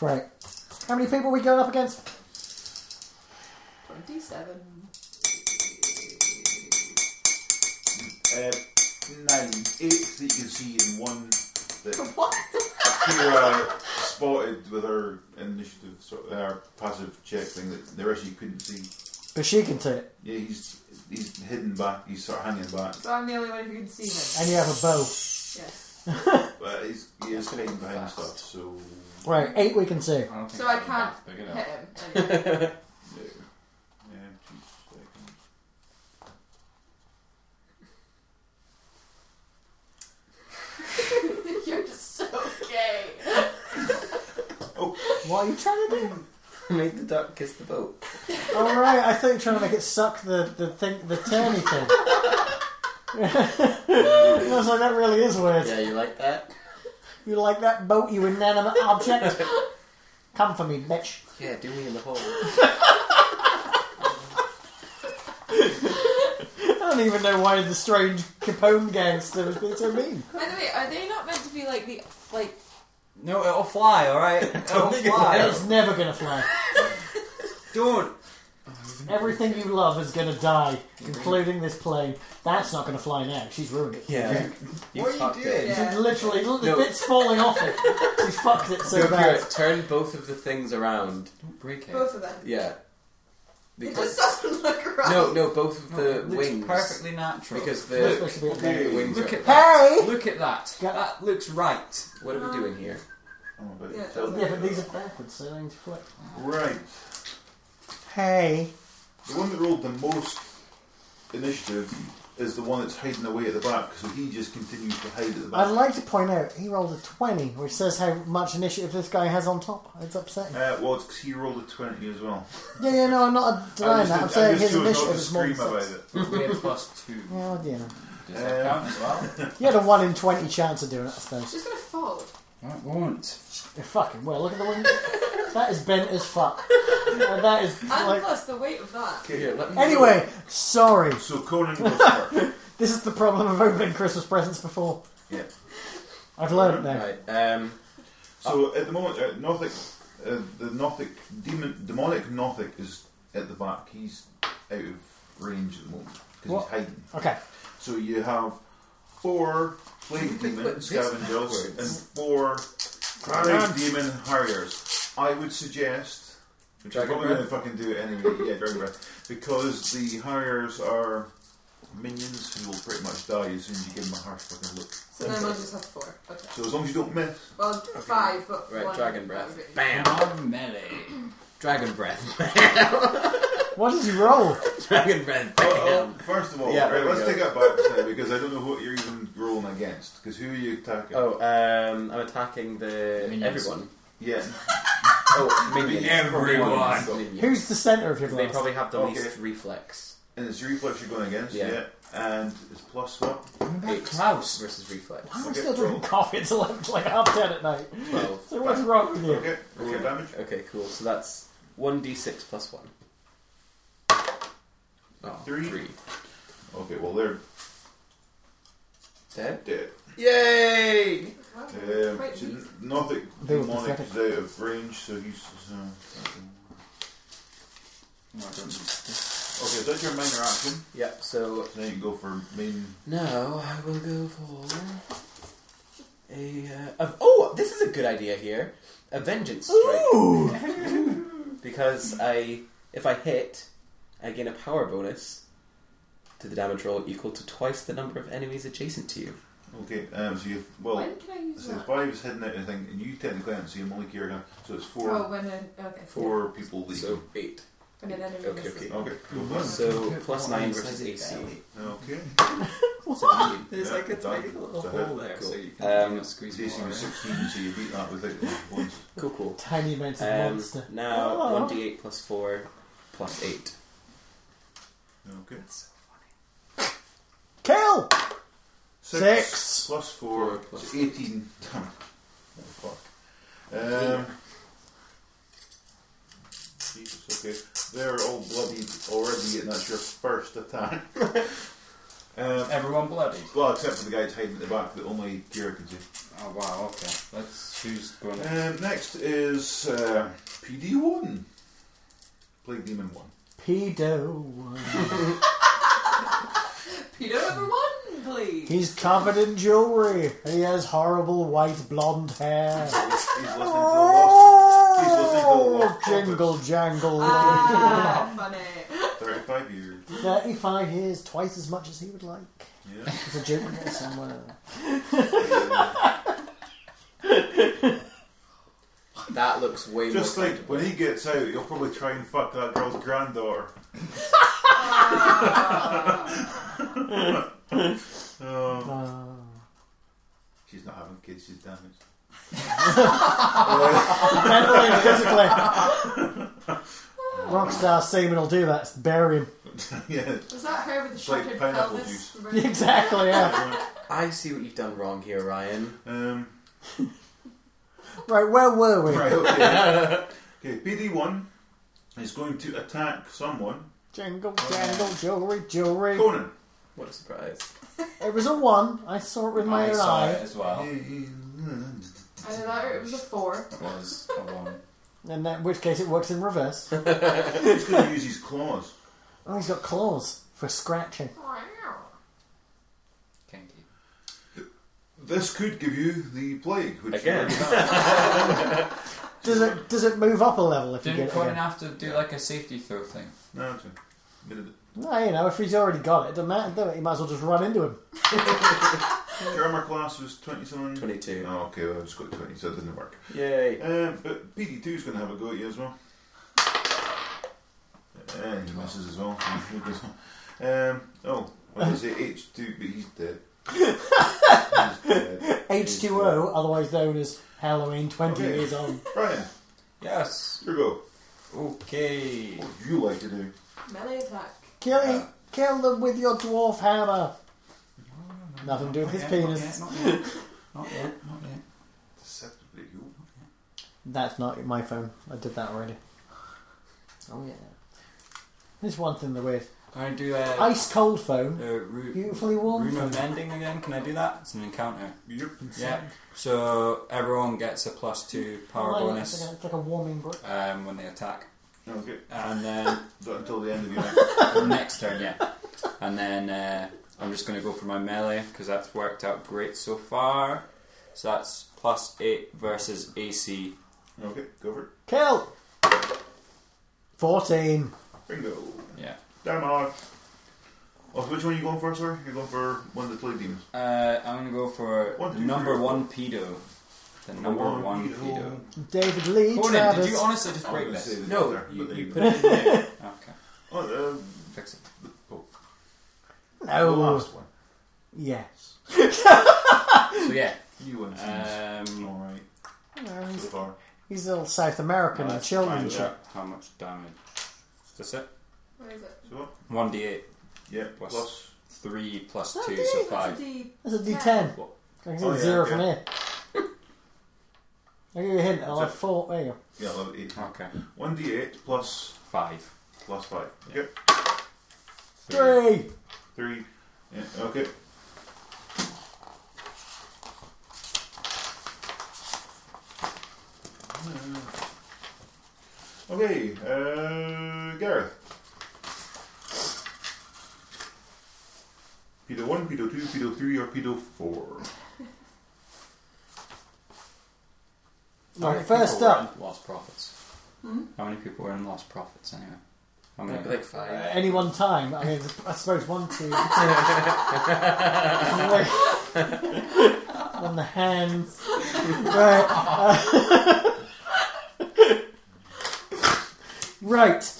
S7: Right. How many people are we going up against?
S4: Twenty-seven.
S3: Uh, nine, eight that you can see in one that
S4: What?
S3: Kira spotted with her initiative, sort of, her passive check thing that the rest of you couldn't see.
S7: But she can take it.
S3: Yeah, he's he's hidden back. He's sort of hanging back,
S4: So I'm the only one who can see him.
S7: And you have a bow.
S4: Yes.
S3: but he's he is hiding behind stuff. So
S7: Right, eight we can see.
S6: I don't think
S4: So I
S6: that's
S4: can't
S6: big enough.
S4: hit him. Anyway.
S3: yeah, yeah. two seconds.
S4: You're just so gay.
S7: What are you trying to do?
S5: Made the duck kiss the boat.
S7: All right, I thought you were trying to make it suck the the thing, the turny thing. I was like, that really is weird.
S5: Yeah, you like that?
S7: You like that boat, you inanimate object? Come for me, bitch.
S5: Yeah, do me in the hole.
S7: I don't even know why the strange Capone gangster was being so mean.
S4: By the way, are they not meant to be like the like?
S6: No, it'll fly, alright? It'll
S5: think it'll
S6: fly.
S5: help.
S7: It's never gonna fly.
S6: Don't.
S7: Everything you love is gonna die, including this plane. That's not gonna fly now. She's ruined it.
S5: Yeah. you
S6: What are you
S5: fucked
S6: doing?
S5: it.
S4: Yeah.
S7: She's literally, the
S5: No.
S7: bit's falling off it. She's fucked it so
S5: So
S7: bad.
S5: Garrett, turn both of the things around.
S6: Don't break it.
S4: Both of them.
S5: Yeah.
S8: It just doesn't look right.
S5: no, no, both of
S6: No,
S5: the
S6: it looks
S5: wings.
S6: perfectly natural.
S5: Because
S7: We're
S5: the,
S7: supposed to be at the
S5: the
S7: back.
S5: wings
S6: Look
S5: are.
S6: at that.
S7: Hey!
S6: Look at that.
S7: Yeah.
S6: That looks right.
S5: What are we doing here?
S3: Oh, my
S4: Yeah,
S3: God.
S4: that was-
S7: Yeah, but these are backwards, so they need to flip.
S3: Right,
S7: Hey.
S3: the one that rolled the most initiative is the one that's hiding away at the back. So he just continues to hide at the
S7: I'd
S3: back.
S7: like to point out he rolled a 20, which says how much initiative this guy has on top. It's upsetting.
S3: Uh, well, it's 'cause he rolled a twenty as well.
S7: Yeah, yeah, no, I'm not
S3: I
S7: denying that. I'm
S3: just,
S7: saying
S3: I just
S7: his
S3: chose not
S7: initiative
S3: to
S7: is more than
S3: scream about
S7: six.
S3: it.
S6: we have plus two.
S7: Yeah, well, you know.
S6: Does that count as well?
S7: You had a 1 in 20 chance of doing it, I suppose.
S8: She's gonna fall.
S6: No, it won't.
S7: It fucking well. Look at the wind. that is bent as fuck. And that is
S4: And
S7: like.
S4: plus the weight of that.
S5: Here, let me
S7: Anyway, sorry.
S3: So Conan goes first.
S7: This is the problem of opening Christmas presents before.
S3: Yeah.
S7: I've learned now.
S5: Right, um,
S3: So at the moment, uh, Nothic, uh, the Nothic demon, demonic Nothic is at the back. He's out of range at the moment because
S7: What?
S3: he's hiding.
S7: Okay.
S3: So you have four plague demon
S5: this
S3: scavengers
S5: backwards.
S3: and four plague demon harriers. I would suggest. Which I'm
S5: Dragon
S3: probably going to fucking do it anyway. Yeah, dragon breath. Because the harriers are minions who will pretty much die as soon as you give them a harsh fucking look.
S4: So then we'll just have four. Okay.
S3: So as long as you don't miss,
S4: Well, five, but
S5: right,
S4: one.
S5: dragon breath.
S4: that would be-
S5: Bam!
S6: Our melee.
S5: Dragon breath.
S7: What did you roll?
S5: Dragon breath. Bam!
S3: Oh, oh, first of all,
S5: Yeah,
S3: right,
S5: there we
S3: let's
S5: go.
S3: take that back now because I don't know what you're even rolling against. Because who are you attacking?
S5: Oh, um, I'm attacking the
S6: Minions.
S5: everyone.
S3: yeah.
S5: Oh, minions.
S6: Everyone.
S5: Minions.
S7: Who's the centre of your
S5: Because they
S7: blast?
S5: probably have the
S3: Okay.
S5: least reflex.
S3: And it's reflex you're going against. Yeah.
S5: Yeah.
S3: And it's plus what?
S5: Eight
S6: Klaus.
S5: versus reflex.
S7: Why am I
S3: Okay,
S7: still drinking
S3: roll.
S7: coffee? It's 11, like half 10 at night.
S5: Twelve.
S7: So what's wrong with you?
S3: Okay. Roll your damage.
S5: Okay, cool. So that's one d6 plus one. Oh,
S3: Three. Okay. Well, they're
S5: Dead.
S3: dead.
S5: Yay!
S4: Wow,
S3: Um,
S4: quite
S3: so
S4: neat.
S3: not that
S7: They were
S3: demonic
S7: pathetic.
S3: is out of range, so he's. Uh,
S6: No, I don't need this.
S3: okay, so that's your minor action.
S5: Yep. So
S3: So now you go for main.
S5: now I will go for a. Uh, a- oh, this is a good idea here. A vengeance strike.
S7: Ooh!
S5: because I, if I hit, I gain a power bonus to the damage roll equal to twice the number of enemies adjacent to you.
S3: Okay. Um. So you well.
S4: When can I use
S3: So
S4: that?
S3: five is hidden out, I think, and you technically haven't seen Malik here again. So it's four.
S4: Oh, when I, okay.
S3: Four people leaving.
S5: So eight.
S4: Okay, then it
S5: Okay,
S4: is.
S5: okay.
S3: okay. Cool. done.
S6: Oh,
S5: So plus nine versus AC.
S3: Okay.
S5: Seventeen.
S6: There's
S3: Yeah,
S6: like a
S3: done.
S6: tiny little
S3: Done.
S6: hole there,
S5: Cool.
S6: so you can
S5: Um,
S6: you know, squeeze
S3: DC
S6: more.
S3: was
S6: in.
S3: 16, so you beat that without the points.
S5: Cool, cool.
S7: Tiny mounted
S5: Um,
S7: monster.
S5: now
S7: Oh.
S5: one d8 plus four plus eight.
S3: Okay.
S7: Kill! Six.
S3: plus four,
S5: Four plus
S3: so 18. Damn. Oh, fuck. Um, Jesus, okay. They're all bloodied already, and that's your first attack. um,
S6: Everyone bloodied.
S3: well, except for the guy hiding at the back that only Kira can see.
S6: Oh wow, okay. Let's who's going next?
S3: Um, next is uh, PD1. Plague Demon 1.
S7: Pedo one.
S4: Peter number one, please.
S7: He's covered in jewellery. He has horrible white blonde hair.
S3: He's listening to the lost. He's listening to the
S7: Oh,
S3: lost
S7: jingle
S3: prophets.
S7: jangle.
S4: Ah, funny.
S3: 13.
S7: 35 years, twice as much as he would like.
S3: Yeah.
S7: It's a joke there somewhere.
S5: That looks way
S3: Just
S5: more
S3: like when he gets out, he'll probably try and fuck that girl's granddaughter. Oh.
S7: Uh,
S3: she's not having kids, she's damaged.
S7: mentally and physically. Rockstar semen will do that, bury him.
S3: yeah.
S4: Was that her with the
S3: It's like
S4: shattered
S3: pineapple
S4: pelvis?
S7: Exactly, yeah.
S5: I see what you've done wrong here, Ryan.
S3: Um,
S7: Right, where were we?
S3: right, okay. okay, PD1 is going to attack someone.
S7: Jingle, jangle, jewelry, jewelry.
S3: Conan.
S5: What a surprise.
S7: It was a one. I saw it with my
S6: I
S7: own
S6: saw it
S7: eye.
S6: as well.
S4: I don't know, it was a four.
S6: It was a one.
S7: And in which case, it works in reverse.
S3: He's going to use his claws.
S7: Oh, he's got claws for scratching.
S6: Kinky.
S3: This could give you the plague, which
S5: Again.
S3: you already have.
S7: Does it does it move up a level if you
S6: Didn't
S7: get it?
S6: Conan
S7: Again?
S6: have to do like a safety throw thing?
S3: no, it's a bit of
S7: No, you know, if he's already got it, doesn't matter. Does it? You might as well just run into him.
S3: it. Your armor class was 20 something?
S5: 22.
S3: Oh, okay, well, I just got 20, so it didn't work.
S5: Yay.
S3: Um, but PD2 is going to have a go at you as well. Uh, he misses as well. um, oh, what did I say? H2, but he's dead. he's dead.
S7: H two O, Oh, otherwise known as Halloween, twenty
S3: Okay.
S7: years on.
S3: Brian,
S6: Yes.
S3: your go.
S5: Okay.
S3: What would you like to do?
S4: Melee attack.
S7: Kill it, kill them with your dwarf hammer. Nothing to do with his penis.
S6: Not yet. Not yet. Not yet.
S3: Deceptively, you.
S7: That's not my phone. I did that already. Oh yeah. There's one thing the weird
S6: Can I do a, a
S7: ice cold phone,
S6: ru-
S7: beautifully warm
S6: room
S7: phone.
S6: of mending again? Can I do that? It's an encounter.
S3: Yep.
S6: Yeah. So everyone gets a plus two power
S7: Oh, I like it. It's
S6: bonus
S7: like a- it's like a warming brick.
S6: um, when they attack,
S3: Okay,
S6: and then
S3: not until the end of your act.
S6: next turn, yeah. And then uh, I'm just going to go for my melee because that's worked out great so far. So that's plus eight versus AC.
S3: Okay, go for it.
S7: Kill. Fourteen.
S3: Bingo.
S6: Yeah.
S3: Damn hard. Oh, which one are you going for, sir? You're going for one of the plague demons.
S6: Uh, I'm going to go for
S3: One,
S6: the
S3: two,
S6: number
S3: three, four.
S6: one pedo. The number
S3: One
S6: one,
S3: pedo.
S6: pedo.
S7: David Lee
S6: Conan,
S7: Travis.
S6: did you honestly just
S3: I was
S6: break
S3: gonna say
S6: this?
S3: the
S5: No,
S3: other,
S5: you,
S3: but
S5: you
S3: there
S5: put
S3: go.
S5: it in there.
S6: Okay,
S3: Oh,
S6: fix it.
S3: uh, Oh, the
S7: no.
S3: last one.
S7: Yes.
S6: So yeah,
S3: You win.
S6: um,
S3: Alright,
S7: No,
S3: so
S7: he's,
S3: far.
S7: he's a little South American and
S6: let's
S7: children.
S6: find out how much damage. That's it.
S4: Where is it?
S3: So what?
S6: One d8,
S3: Yeah,
S6: Plus-
S3: plus
S6: three plus
S4: That
S6: two,
S4: did,
S6: so
S4: that's a
S6: five.
S4: D.
S7: That's a D10.
S6: What?
S7: I can see
S3: Oh,
S7: the
S3: yeah,
S7: zero
S3: okay.
S7: from here. I'll give you a hint. I'll
S3: Is
S7: have
S3: that-
S7: four. There you go.
S3: Yeah, level 8.
S6: Okay,
S3: 1d8 plus,
S6: five.
S3: plus 5. Okay.
S7: Three.
S3: 3. Yeah, okay. Okay, uh, Gareth. Pedo 1, Pedo 2, Pedo 3, or Pedo 4?
S6: How
S7: Right,
S6: many
S7: first
S6: people were
S7: up,
S6: in Lost Profits.
S7: Hmm?
S6: How many people were in Lost Profits anyway? How many?
S5: Might be like five.
S7: at any one time, I mean, I suppose one, two, three. on the hands. Right. uh, right.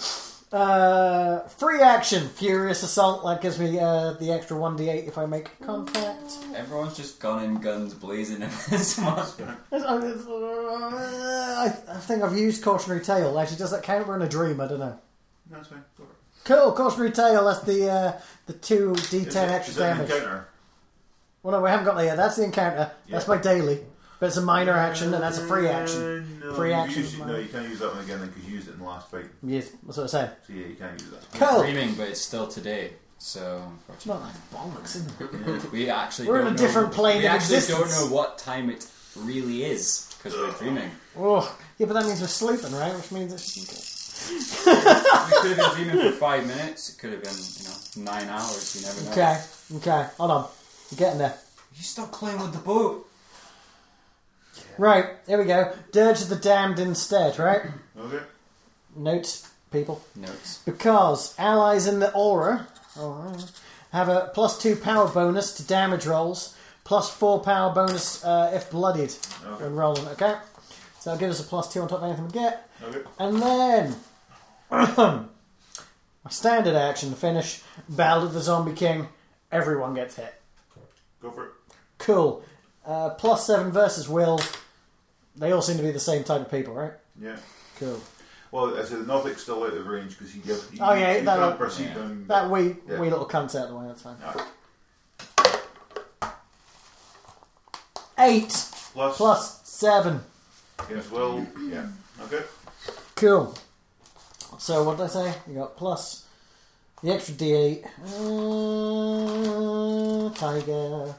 S7: Uh, free action, furious assault. That gives me uh, the extra one d8 if I make contact.
S6: Everyone's just gone in guns blazing in this monster.
S7: I, uh, I think I've used cautionary tale. Actually, does that count? We're in a dream. I don't know.
S3: That's fine. go for it.
S7: Cool, cautionary tale. That's the uh, the two
S3: Is
S7: d10
S3: that-
S7: extra
S3: is that an
S7: damage.
S3: encounter?
S7: Well, no, we haven't got that yet. That's the encounter. That's
S3: Yeah.
S7: my daily, but it's a minor action and that's a free action.
S3: Uh, no,
S7: Free
S3: you
S7: action
S3: use-
S7: is
S3: no,
S7: mine.
S3: you can't use that one again because you used it in the last fight.
S7: Yes, that's what I said.
S3: So yeah, you can't use that.
S7: Cool.
S6: Dreaming, but it's still today. So unfortunately,
S7: Not like bollocks. Isn't it?
S6: we actually
S7: We're in
S6: don't
S7: a
S6: know,
S7: different plane
S6: We
S7: of
S6: actually
S7: existence.
S6: don't know what time it really is because we're dreaming.
S7: Oh, yeah, but that means we're sleeping, right? Which means it's
S6: We could have been dreaming for five minutes. It could have been you know nine hours. You never know.
S7: okay. Okay, hold on. I'm getting there.
S6: You stop playing with the boat.
S7: Right, here we go. Dirge of the damned instead. Right.
S3: Okay.
S7: Notes people.
S6: Notes.
S7: Because allies in the aura aura, have a plus two power bonus to damage rolls, plus four power bonus uh, if bloodied
S3: Okay.
S7: and rolling. Okay, so that'll give us a plus two on top of anything we get.
S3: Okay.
S7: And then my standard action to finish Battle of the Zombie King. Everyone gets hit.
S3: Go for it.
S7: Cool. Uh, plus seven versus Will. They all seem to be the same type of people, right?
S3: Yeah.
S7: Cool.
S3: Well, I said the Nothic's still out of range because he just he,
S7: Oh, yeah,
S3: he
S7: that-
S3: can't perceive him.
S7: That wee,
S3: Yeah.
S7: wee little cunt's out of the way, that's fine.
S3: Alright.
S7: Eight
S3: Plus,
S7: plus seven.
S3: against will. Yeah. Okay.
S7: Cool. So what did I say? You got plus the extra D8. Uh, tiger.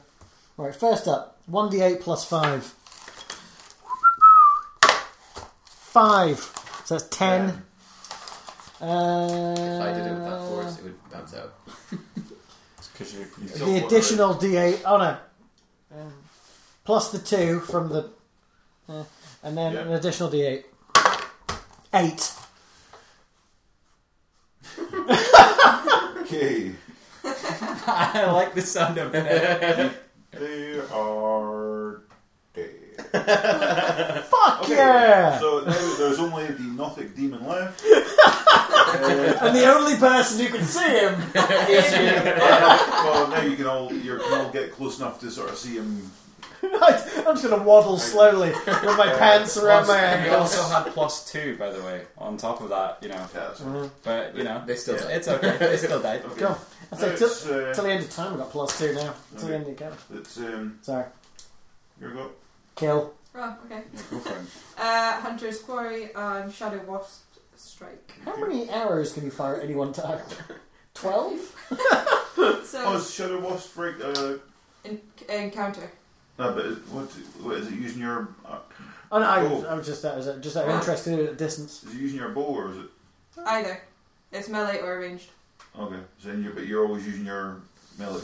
S7: Alright, first up, 1D8 plus 5. 5. So that's 10. Uh,
S5: If I did it with that
S4: Oh.
S5: force, it would bounce out.
S6: Because you
S3: He's still
S7: the
S3: wondering.
S7: additional D8. Oh no. Um, plus the 2 from the. uh, and then
S3: Yeah.
S7: an additional D8. 8.
S3: Okay.
S6: I like the sound of that.
S3: They are dead.
S7: Fuck
S3: Okay,
S7: yeah!
S3: So now there's only the Nothic demon left. Uh,
S7: and the only person who can see him.
S3: well, now you can all you can all get close enough to sort of see him.
S7: I'm just gonna waddle slowly with my pants around my
S6: we
S7: ankles.
S6: also had plus two, by the way, on top of that, you know.
S3: Yeah, that's right.
S7: Mm-hmm.
S6: But, you know,
S5: They still
S6: it's,
S5: died.
S6: it's okay. They still died.
S7: Go. I say till,
S3: It's, uh,
S7: till the end of time. We got plus two now. Till the end of the game.
S3: It's um.
S7: Sorry.
S3: Here we go.
S7: Kill.
S4: Oh, okay.
S6: Go for it.
S4: Uh, Hunter's Quarry and Shadow Wasp Strike.
S7: How many arrows can you fire at any one time? Twelve.
S3: Oh,
S4: So,
S3: is Shadow Wasp right? Uh,
S4: en- encounter.
S3: no, but it- what, what is it using your? Uh,
S7: Oh no, I,
S3: Oh.
S7: I was just that was a- just out of interest to do it at a distance.
S3: is it using your bow or is it?
S4: Either. It's melee or ranged.
S3: Okay. So then you're, but you're always using your melee.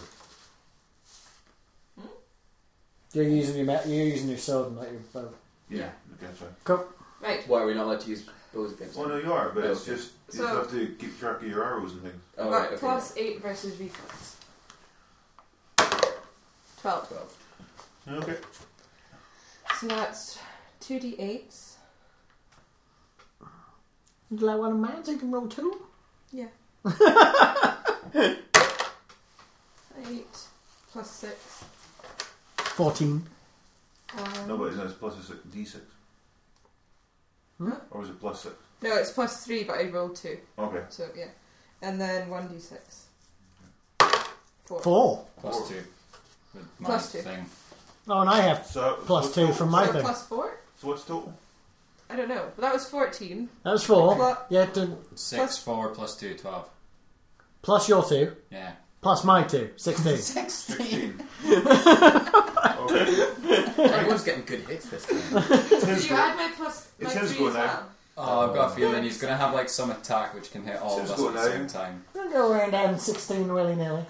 S7: You're using your ma- you're using your sword and not your bow.
S3: Yeah. Okay, that's fine.
S7: Cool.
S4: Right.
S5: Why are we not allowed to use bows against
S3: Well,
S5: them?
S3: no, you are, but it's
S5: Okay.
S3: just you
S4: So-
S3: just have to keep track of your arrows and things.
S5: Oh,
S4: Got
S5: right, okay.
S4: plus 8 versus reflex. 12.
S5: Twelve.
S3: Okay.
S4: So that's 2d8s.
S7: Do I want a man so you can roll two?
S4: Yeah. 8 plus 6.
S7: Fourteen.
S4: Um,
S3: No, but it's, it's plus a six, d6.
S7: Hmm?
S3: Or is it plus six?
S4: no, it's plus 3, but I rolled 2.
S3: Okay.
S4: So, yeah. And then 1d6. 4.
S7: Four.
S6: Plus two. With my
S4: Plus two.
S6: Thing.
S7: Oh, and I have
S3: So
S7: plus
S3: what's
S7: two
S3: total?
S7: from my
S4: so
S7: thing.
S4: plus 4?
S3: So what's total?
S4: I don't know. But that was 14.
S7: That was four.
S4: Plus-
S7: Yeah. d-
S6: Six,
S4: Plus-
S6: four, plus two, twelve.
S7: Plus your two.
S6: Yeah.
S7: Plus my two. Sixteen.
S3: 16. okay.
S5: Everyone's getting good hits this time.
S4: Did you add my plus
S3: It
S4: my
S3: says
S4: three
S3: go
S4: as
S3: now.
S4: well?
S6: Oh, I've got a feeling he's going to have like some attack which can hit all of
S3: Just
S6: us
S3: go
S6: at the
S3: now.
S6: same time.
S7: Don't go around adding 16 willy nilly.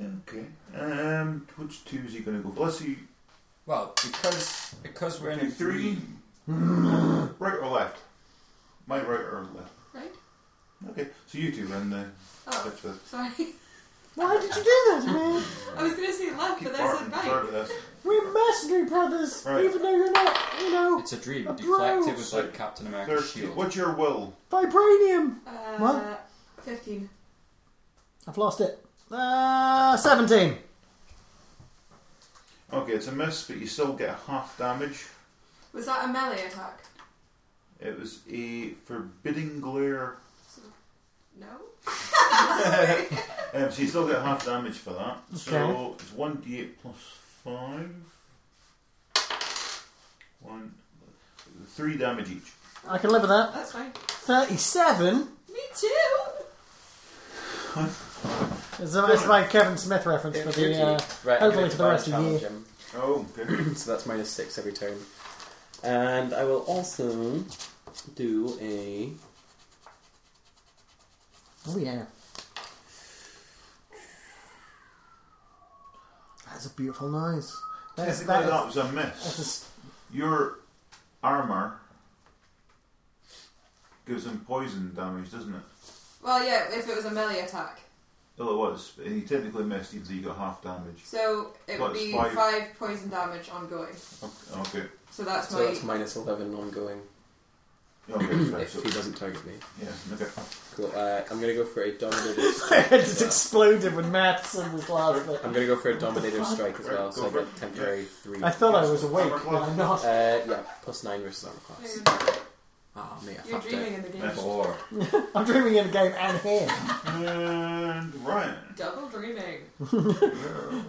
S3: Okay. Um, which two is he going to go? for? Let's see.
S6: Well, because because we're in a
S3: Okay, three.
S6: three.
S3: Right or left? My right or left?
S4: Right?
S3: Okay. So you two then. Uh,
S4: Oh,
S3: switch with.
S4: sorry.
S7: Why did you do that, man?
S4: I was going to say left,
S3: Keep
S4: but then I
S3: barking.
S4: said right.
S3: Sorry for this.
S7: We're mercenary brothers,
S3: Right.
S7: even though you're not, you know,
S6: It's a dream.
S7: A
S6: Deflect it
S7: bro.
S6: with like Captain America's
S3: Thirteen.
S6: shield.
S3: What's your will?
S7: vibranium.
S4: Uh,
S7: What?
S4: 15.
S7: I've lost it. Uh, 17.
S3: Okay, it's a miss, but you still get half damage.
S4: Was that a melee attack?
S3: It was a forbidding glare.
S4: No?
S3: Um, so you still get half damage for that. So
S7: Okay.
S3: it's one d8 plus five. One, three damage each.
S7: I can live with that.
S4: That's fine.
S7: 37
S4: Me too!
S7: is, is my Kevin Smith reference for the. Uh,
S5: right,
S7: hopefully for the rest of the year.
S5: Him.
S3: Oh, okay.
S5: So that's minus six every turn. And I will also do a.
S7: oh, yeah. That's a beautiful noise. That's,
S3: Technically,
S7: that
S3: that,
S7: is,
S3: was a
S7: that's
S3: miss.
S7: a s-
S3: Your armor gives him poison damage, doesn't it?
S4: Well, yeah, if it was a melee attack.
S3: Well, it was. but He technically missed, even though you got half damage.
S4: So it would
S3: Plus
S4: be
S3: five.
S4: five. poison damage ongoing.
S3: Okay.
S4: So that's
S5: So
S4: my.
S5: that's minus 11 ongoing
S3: Okay, sorry,
S5: if
S3: so,
S5: he doesn't target me.
S3: yeah, okay.
S5: Cool. Uh, I'm going to go for a dominator
S7: it
S5: strike. as
S7: just
S5: well.
S7: exploded with maths and this last bit.
S5: I'm going to go for a dominator strike as well, so
S3: Go
S5: I
S3: for
S5: get
S3: it.
S5: temporary 3.
S7: I thought I was awake,
S3: Armor
S7: but
S3: class.
S7: I'm not.
S5: Uh, yeah, plus 9 versus armor class. Oh, mate, I
S4: You're
S5: fucked
S4: dreaming
S5: it.
S4: in the game.
S3: Four.
S7: I'm dreaming in a game and here.
S3: And Ryan.
S4: Double dreaming.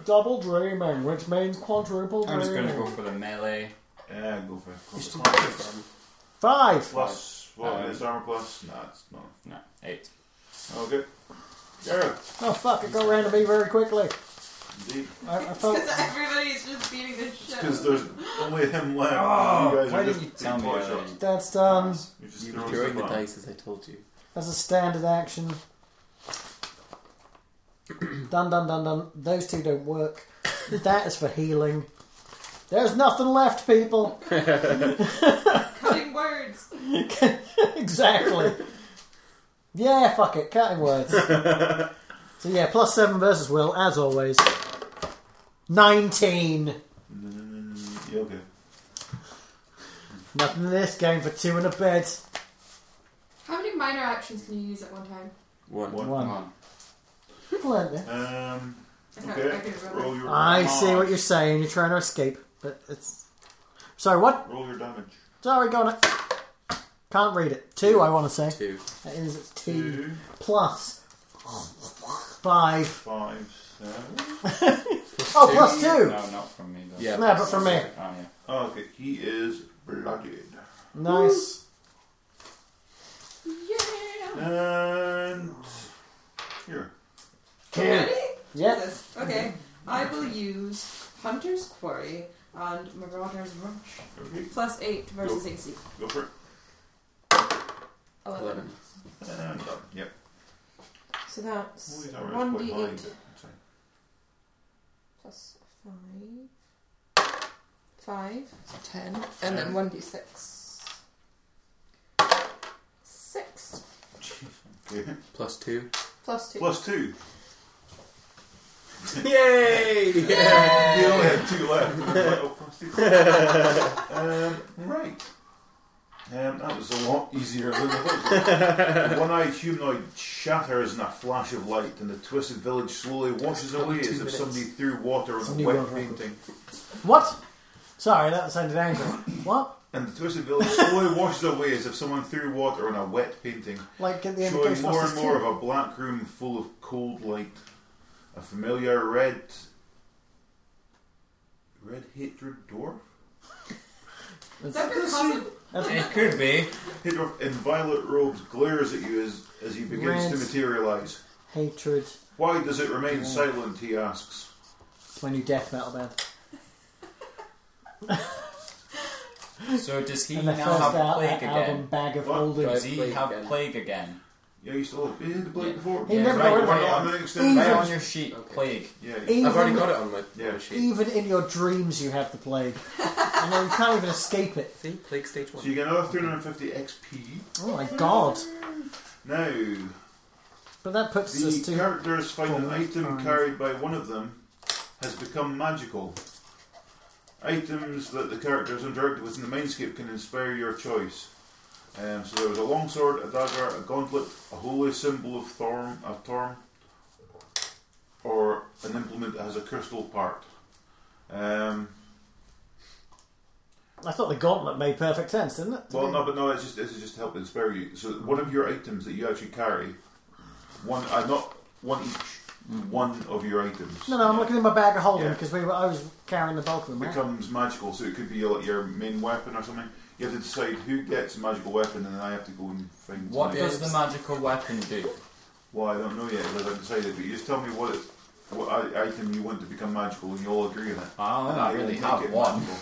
S7: Double dreaming, which means quadruple dreaming.
S6: I'm just going to go for the melee.
S3: Yeah, go for it. Go for it.
S5: Um,
S7: Five.
S3: Plus, well,
S6: Um,
S3: it's armor plus. Nah, it's not.
S6: No, eight.
S3: Okay. Jared,
S7: Oh fuck! It got round to me very quickly.
S3: indeed.
S7: I, I felt.
S4: Because everybody's just beating the shit.
S3: Because there's only him left.
S6: Oh,
S3: you guys
S6: why
S3: are just
S6: didn't you tell
S3: taking
S6: me
S3: pot
S6: earlier?
S3: shots.
S7: That's done.
S3: You just
S5: You
S3: throw
S5: were throwing the
S3: stuff on.
S5: dice as I told you.
S7: That's a standard action. dun dun dun dun. Those two don't work. That is for healing. There's nothing left, people.
S4: Cutting words.
S7: exactly. Yeah, fuck it. Cutting words. so yeah, plus seven versus will, as always. Nineteen.
S3: Mm, yeah, okay.
S7: Nothing in this game for two in a bed.
S4: How many minor actions can you use at one time?
S5: One.
S3: One.
S6: Come
S7: One.
S6: on.
S7: Plenty.
S3: Um,
S4: I can't, I
S3: okay.
S4: can't remember.
S3: Roll your.
S7: I see what
S3: you.
S7: you're saying. You're trying to escape, but it's. Sorry, what?
S3: Roll your damage.
S7: Sorry, going to. Can't read it. Two, I want to say.
S5: Two.
S7: That is, it's two
S3: Two,
S7: plus five.
S3: five, seven.
S7: Oh, plus two!
S6: No, not from me. Though.
S5: Yeah.
S7: No, but for me.
S6: Oh, yeah.
S3: Oh, okay. He is blooded.
S7: Nice.
S4: Yeah.
S3: And here.
S7: Cool.
S4: Ready?
S7: Yep.
S4: Jesus. Okay. I will use Hunter's Quarry and Marauder's Rush.
S3: Okay,
S4: Plus 8 versus
S3: Go.
S4: AC.
S3: go for it.
S4: 11.
S5: 11.
S3: And done. Yep.
S8: So that's
S3: Always our right
S8: one
S3: point
S8: d
S3: behind
S8: eight
S3: it. Sorry.
S8: plus five, five, so ten, and then
S3: Ten.
S8: one d six, six
S3: Okay.
S5: Plus two.
S8: plus two.
S3: Plus two.
S5: Yay! Yeah!
S3: We only had oh, two left. and I was like, "Oh, plus two." um, right. Um, that was a lot easier than I thought. The one-eyed humanoid shatters in a flash of light, and the twisted village slowly washes away as if
S5: minutes.
S3: somebody threw water
S7: It's a
S3: on a
S7: new
S3: wet
S7: world record.
S3: painting.
S7: What? Sorry, that sounded angry. What?
S3: And the twisted village slowly washes away as if someone threw water on a wet painting.
S7: Like at the end of
S3: showing more
S7: Ghostbusters
S3: and more
S7: 2?
S3: of a black room full of cold light. A familiar red. Red hatred dwarf?
S4: Is that your cousin?
S6: It could be.
S3: Hatred dwarf in violet robes glares at you as, as he begins
S7: Red.
S3: to materialise.
S7: Hatred.
S3: Why does it remain silent? He asks.
S7: It's my new death metal band.
S6: So does he
S7: And the
S6: now
S7: first
S6: have
S7: al-
S6: plague
S7: album
S6: again?
S7: bag of
S3: What?
S7: holding.
S6: Does he
S5: Plague
S6: have
S5: again.
S6: plague again?
S3: Yeah, you still have. You did the blade
S6: Yeah.
S3: before.
S7: He
S3: yeah,
S7: never
S3: right,
S7: got rid of
S3: we're
S7: it.
S3: not on an extended
S6: Right
S7: Even-
S6: on
S3: range.
S6: your sheet,
S5: Okay.
S6: plague.
S3: Yeah, yeah.
S7: Even,
S5: I've already got it on my
S3: Yeah.
S5: sheet.
S7: even in your dreams, you have the plague. and then you can't even escape it.
S5: See? Plague stage
S3: So
S5: one.
S3: you get another 350 XP.
S7: Oh my god.
S3: Now,
S7: But that puts
S3: The
S7: us to.
S3: characters find an
S7: Four,
S3: item
S7: five.
S3: carried by one of them has become magical. Items that the characters interact with in the mindscape can inspire your choice. Um, so there was a longsword, a dagger, a gauntlet, a holy symbol of Thorm, of Thorm, or an implement that has a crystal part. Um,
S7: I thought the gauntlet made perfect sense, didn't it?
S3: well, no, but no, it's just this is just to help inspire you. So one of your items that you actually carry, one, uh, not one each, one of your items.
S7: No, no, I'm looking in my bag of holding
S3: Yeah.
S7: because we were, I was carrying the bulk of them. Right?
S3: becomes magical, so it could be like your main weapon or something. You have to decide who gets a magical weapon, and then I have to go and find.
S6: What
S3: something.
S6: does the magical weapon do?
S3: Well, I don't know yet because I've decided. But you just tell me what it, what i- item you want to become magical, and you all agree on it.
S6: Ah, I
S3: And
S6: don't
S3: will
S6: really
S3: make
S6: have
S3: it
S6: one.
S3: magical.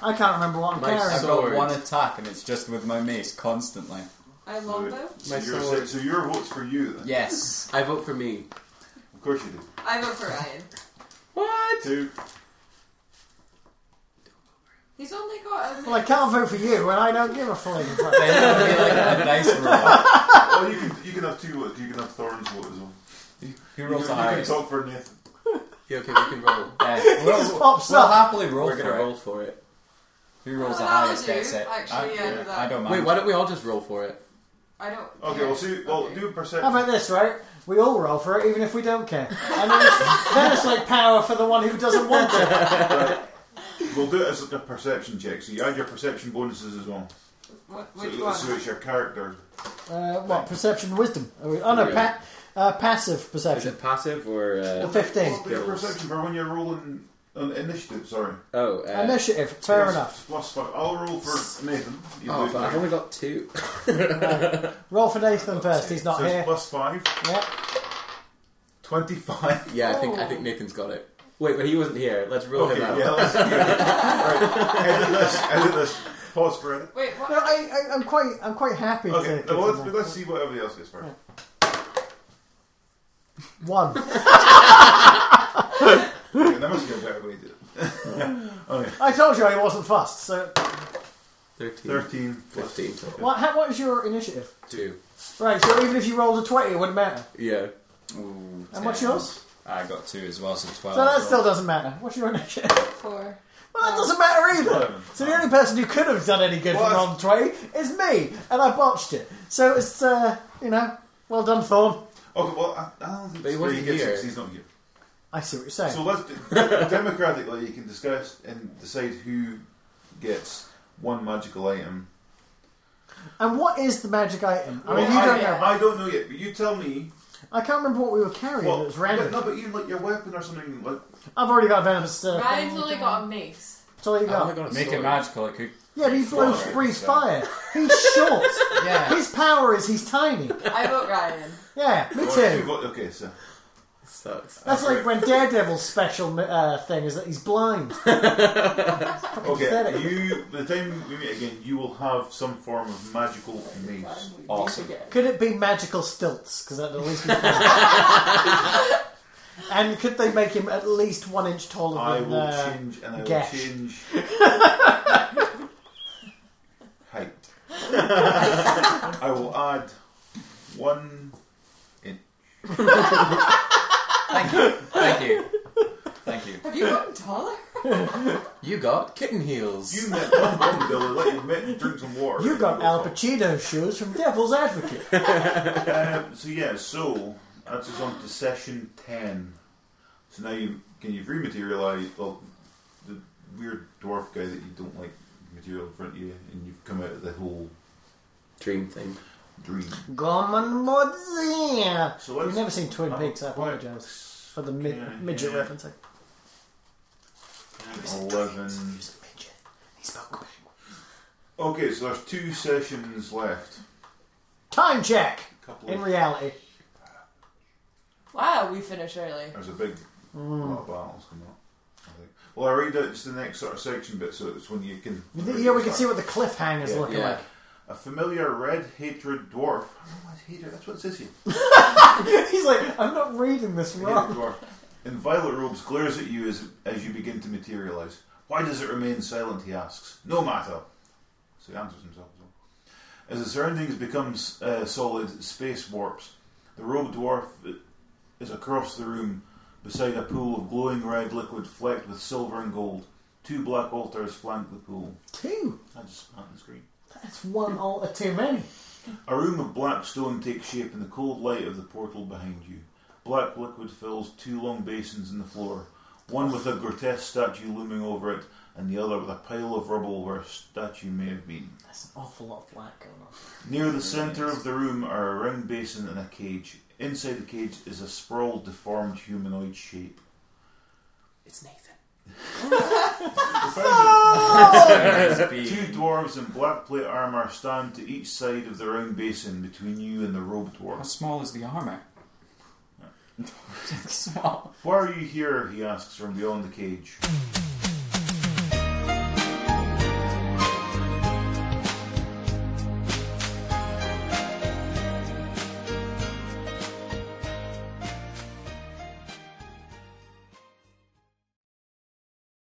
S7: I can't remember what I'm
S5: Nice.
S7: carrying.
S6: I've
S5: Sword.
S6: got one attack and it's just with my mace constantly.
S4: I love them.
S3: So,
S5: My
S3: your,
S5: sword.
S3: so your vote's for you then.
S6: Yes.
S5: I vote for me.
S3: Of course you do.
S4: I vote for Ryan.
S5: What?
S3: Two.
S4: He's only got a.
S7: Well, I can't vote for you, and I don't give a flying fuck.
S6: They have to be like a dice roll.
S3: Well, you can you can have two votes. You can have Thorin's vote as well.
S5: Who
S3: You can,
S5: rolls the
S3: you can
S5: highest?
S3: talk for Nathan.
S5: Yeah, okay, we can roll.
S6: Yeah,
S7: He
S6: we'll,
S7: just pops
S6: we'll
S7: up.
S6: happily roll
S5: We're
S6: for
S5: gonna
S6: it.
S5: roll for it.
S6: Who rolls
S4: Oh,
S6: the
S4: that'll
S6: highest
S4: do.
S6: gets it.
S4: Actually,
S6: I,
S4: yeah, do that.
S6: I don't mind.
S5: Wait, why don't we all just roll for it?
S4: I don't.
S3: Okay, well, see, well, do
S7: How
S3: perception.
S7: about this, right? We all roll for it, even if we don't care. And then it's, then it's like power for the one who doesn't want it.
S3: We'll do it as like a perception check. So you add your perception bonuses as well.
S4: What,
S3: So,
S4: which one?
S3: so it's your character.
S7: Uh, what? Perception, wisdom? Are we- Oh no, pa- uh, passive
S5: Is
S7: perception.
S5: it passive or
S7: Well,
S5: uh,
S7: Fifteen.
S3: Well, your
S5: Skills.
S3: perception for when you're rolling on initiative. Sorry.
S5: oh? Uh,
S7: Initiative. Fair
S3: Plus-
S7: enough.
S3: Plus five. I'll roll for Nathan. You
S5: oh,
S3: lose
S5: but I've
S3: that.
S5: only got two.
S7: Roll for Nathan first. He's not
S3: so it's
S7: here.
S3: plus five.
S7: Yeah.
S3: 25.
S5: Yeah, I think I think Nathan's got it. Wait, but he wasn't here. Let's roll
S3: Okay,
S5: him out.
S3: yeah, let's do it. Right, edit this, edit this. Pause for edit.
S4: Wait, what?
S7: No, I, I, I'm quite, I'm quite happy.
S3: Okay,
S7: to
S3: now let's, let's see what everybody else gets first.
S7: One.
S3: Okay, that must be a better way to do it.
S7: I told you I wasn't fussed. So,
S5: 13,
S3: 13 plus
S5: 15 total.
S7: what, how, what was your initiative?
S5: Two.
S7: Right. So even if you rolled a twenty, it wouldn't matter.
S5: Yeah.
S6: Ooh,
S7: And what's
S6: ten.
S7: yours?
S6: I got two as well, so twelve.
S7: So that still doesn't matter. What's your initiative?
S8: Four.
S7: Well,
S3: Um,
S7: that doesn't matter either.
S3: Eleven.
S7: So the only person who could have done any good
S3: Well,
S7: from on twenty is me, and I botched it. So it's, uh, you know, well done, Thorn.
S3: Okay, well, I, I don't think
S5: But he
S3: it's
S5: wasn't
S3: where he
S5: here.
S3: gets it 'cause he's not here.
S7: I see what you're saying.
S3: So let's do, democratically, you can discuss and decide who gets one magical item.
S7: and what is the magic item? I mean,
S3: Well,
S7: you
S3: I,
S7: don't know.
S3: I don't know yet, but you tell me.
S7: I can't remember what we were carrying.
S3: Well,
S7: it was random.
S3: No, but even like your weapon or something. Like,
S7: I've already got a venomous. Uh,
S4: Ryan's only got a mace.
S7: That's all you
S5: I
S7: got.
S5: only got a
S6: Make it
S5: sword.
S6: magical. It could.
S7: Yeah, but he blows,
S6: Fire,
S7: breathes
S6: so-
S7: fire. He's short.
S6: Yeah.
S7: His power is he's tiny.
S4: I vote Ryan.
S7: Yeah, me
S3: well, you
S7: too.
S3: got- okay, so
S5: Sucks.
S7: That's like when Daredevil's special uh, thing is that he's blind.
S3: okay,
S7: Pathetic.
S3: you. By the time we meet again, you will have some form of magical mace.
S6: Awesome.
S7: Could it be magical stilts? Because that'd at least be fun. And could they make him at least one inch taller
S3: I
S7: than
S3: will
S7: uh,
S3: change and I
S7: Gash.
S3: will change height. I will add one.
S6: Thank you. Thank you.
S4: Have you gotten taller?
S5: You got kitten heels.
S3: You met one woman, Dylan. Let you met and drink some water.
S7: You got
S3: go
S7: Al
S3: for it.
S7: Pacino shoes from Devil's Advocate.
S3: Um, so yeah, so that's us on to session ten. So now you can you rematerialize well the weird dwarf guy that you don't like material in front of you, and you've come out of the whole
S5: Dream thing.
S3: dream.
S7: Come on, Mozzie.
S3: So
S7: You've
S3: let's
S7: never seen Twin
S3: Oh,
S7: Peaks, I
S3: quite-
S7: apologise for the mid-
S3: Yeah,
S7: midget
S3: yeah.
S7: reference.
S3: eleven. Okay, so there's two sessions left.
S7: Time check.
S3: Couple
S7: In
S3: of,
S7: reality,
S4: Wow, we finished early.
S3: there's a big
S7: Hmm.
S3: lot of battles coming up. I think. Well, I read out just the next sort of section bit, so it's when you can.
S7: yeah, we can see what the cliffhangers
S3: Yeah.
S7: looking
S5: Yeah.
S3: A familiar red hatred dwarf. I don't know why it's hatred. That's what it says here.
S7: like. He's like, I'm not reading this
S3: Hated
S7: wrong.
S3: dwarf in violet robes glares at you as, as you begin to materialize. Why does it remain silent? He asks. No matter. So he answers himself as well. As the surroundings become uh, solid, space warps. The robed dwarf uh, is across the room, beside a pool of glowing red liquid flecked with silver and gold. Two black altars flank the pool.
S7: Two.
S3: I just spat on the screen.
S7: That's one altar too many.
S3: A room of black stone takes shape in the cold light of the portal behind you. Black liquid fills two long basins in the floor, one with a grotesque statue looming over it, and the other with a pile of rubble where a statue may have been.
S7: That's an awful lot of black going on.
S3: Near the centre of the room are a round basin and a cage. Inside the cage is a sprawled, deformed humanoid shape.
S5: It's Nathan.
S3: Two dwarves in black plate armour stand to each side of the round basin between you and the robed
S6: How
S3: dwarf.
S6: small is the armor? small.
S3: Why are you here? he asks from beyond the cage.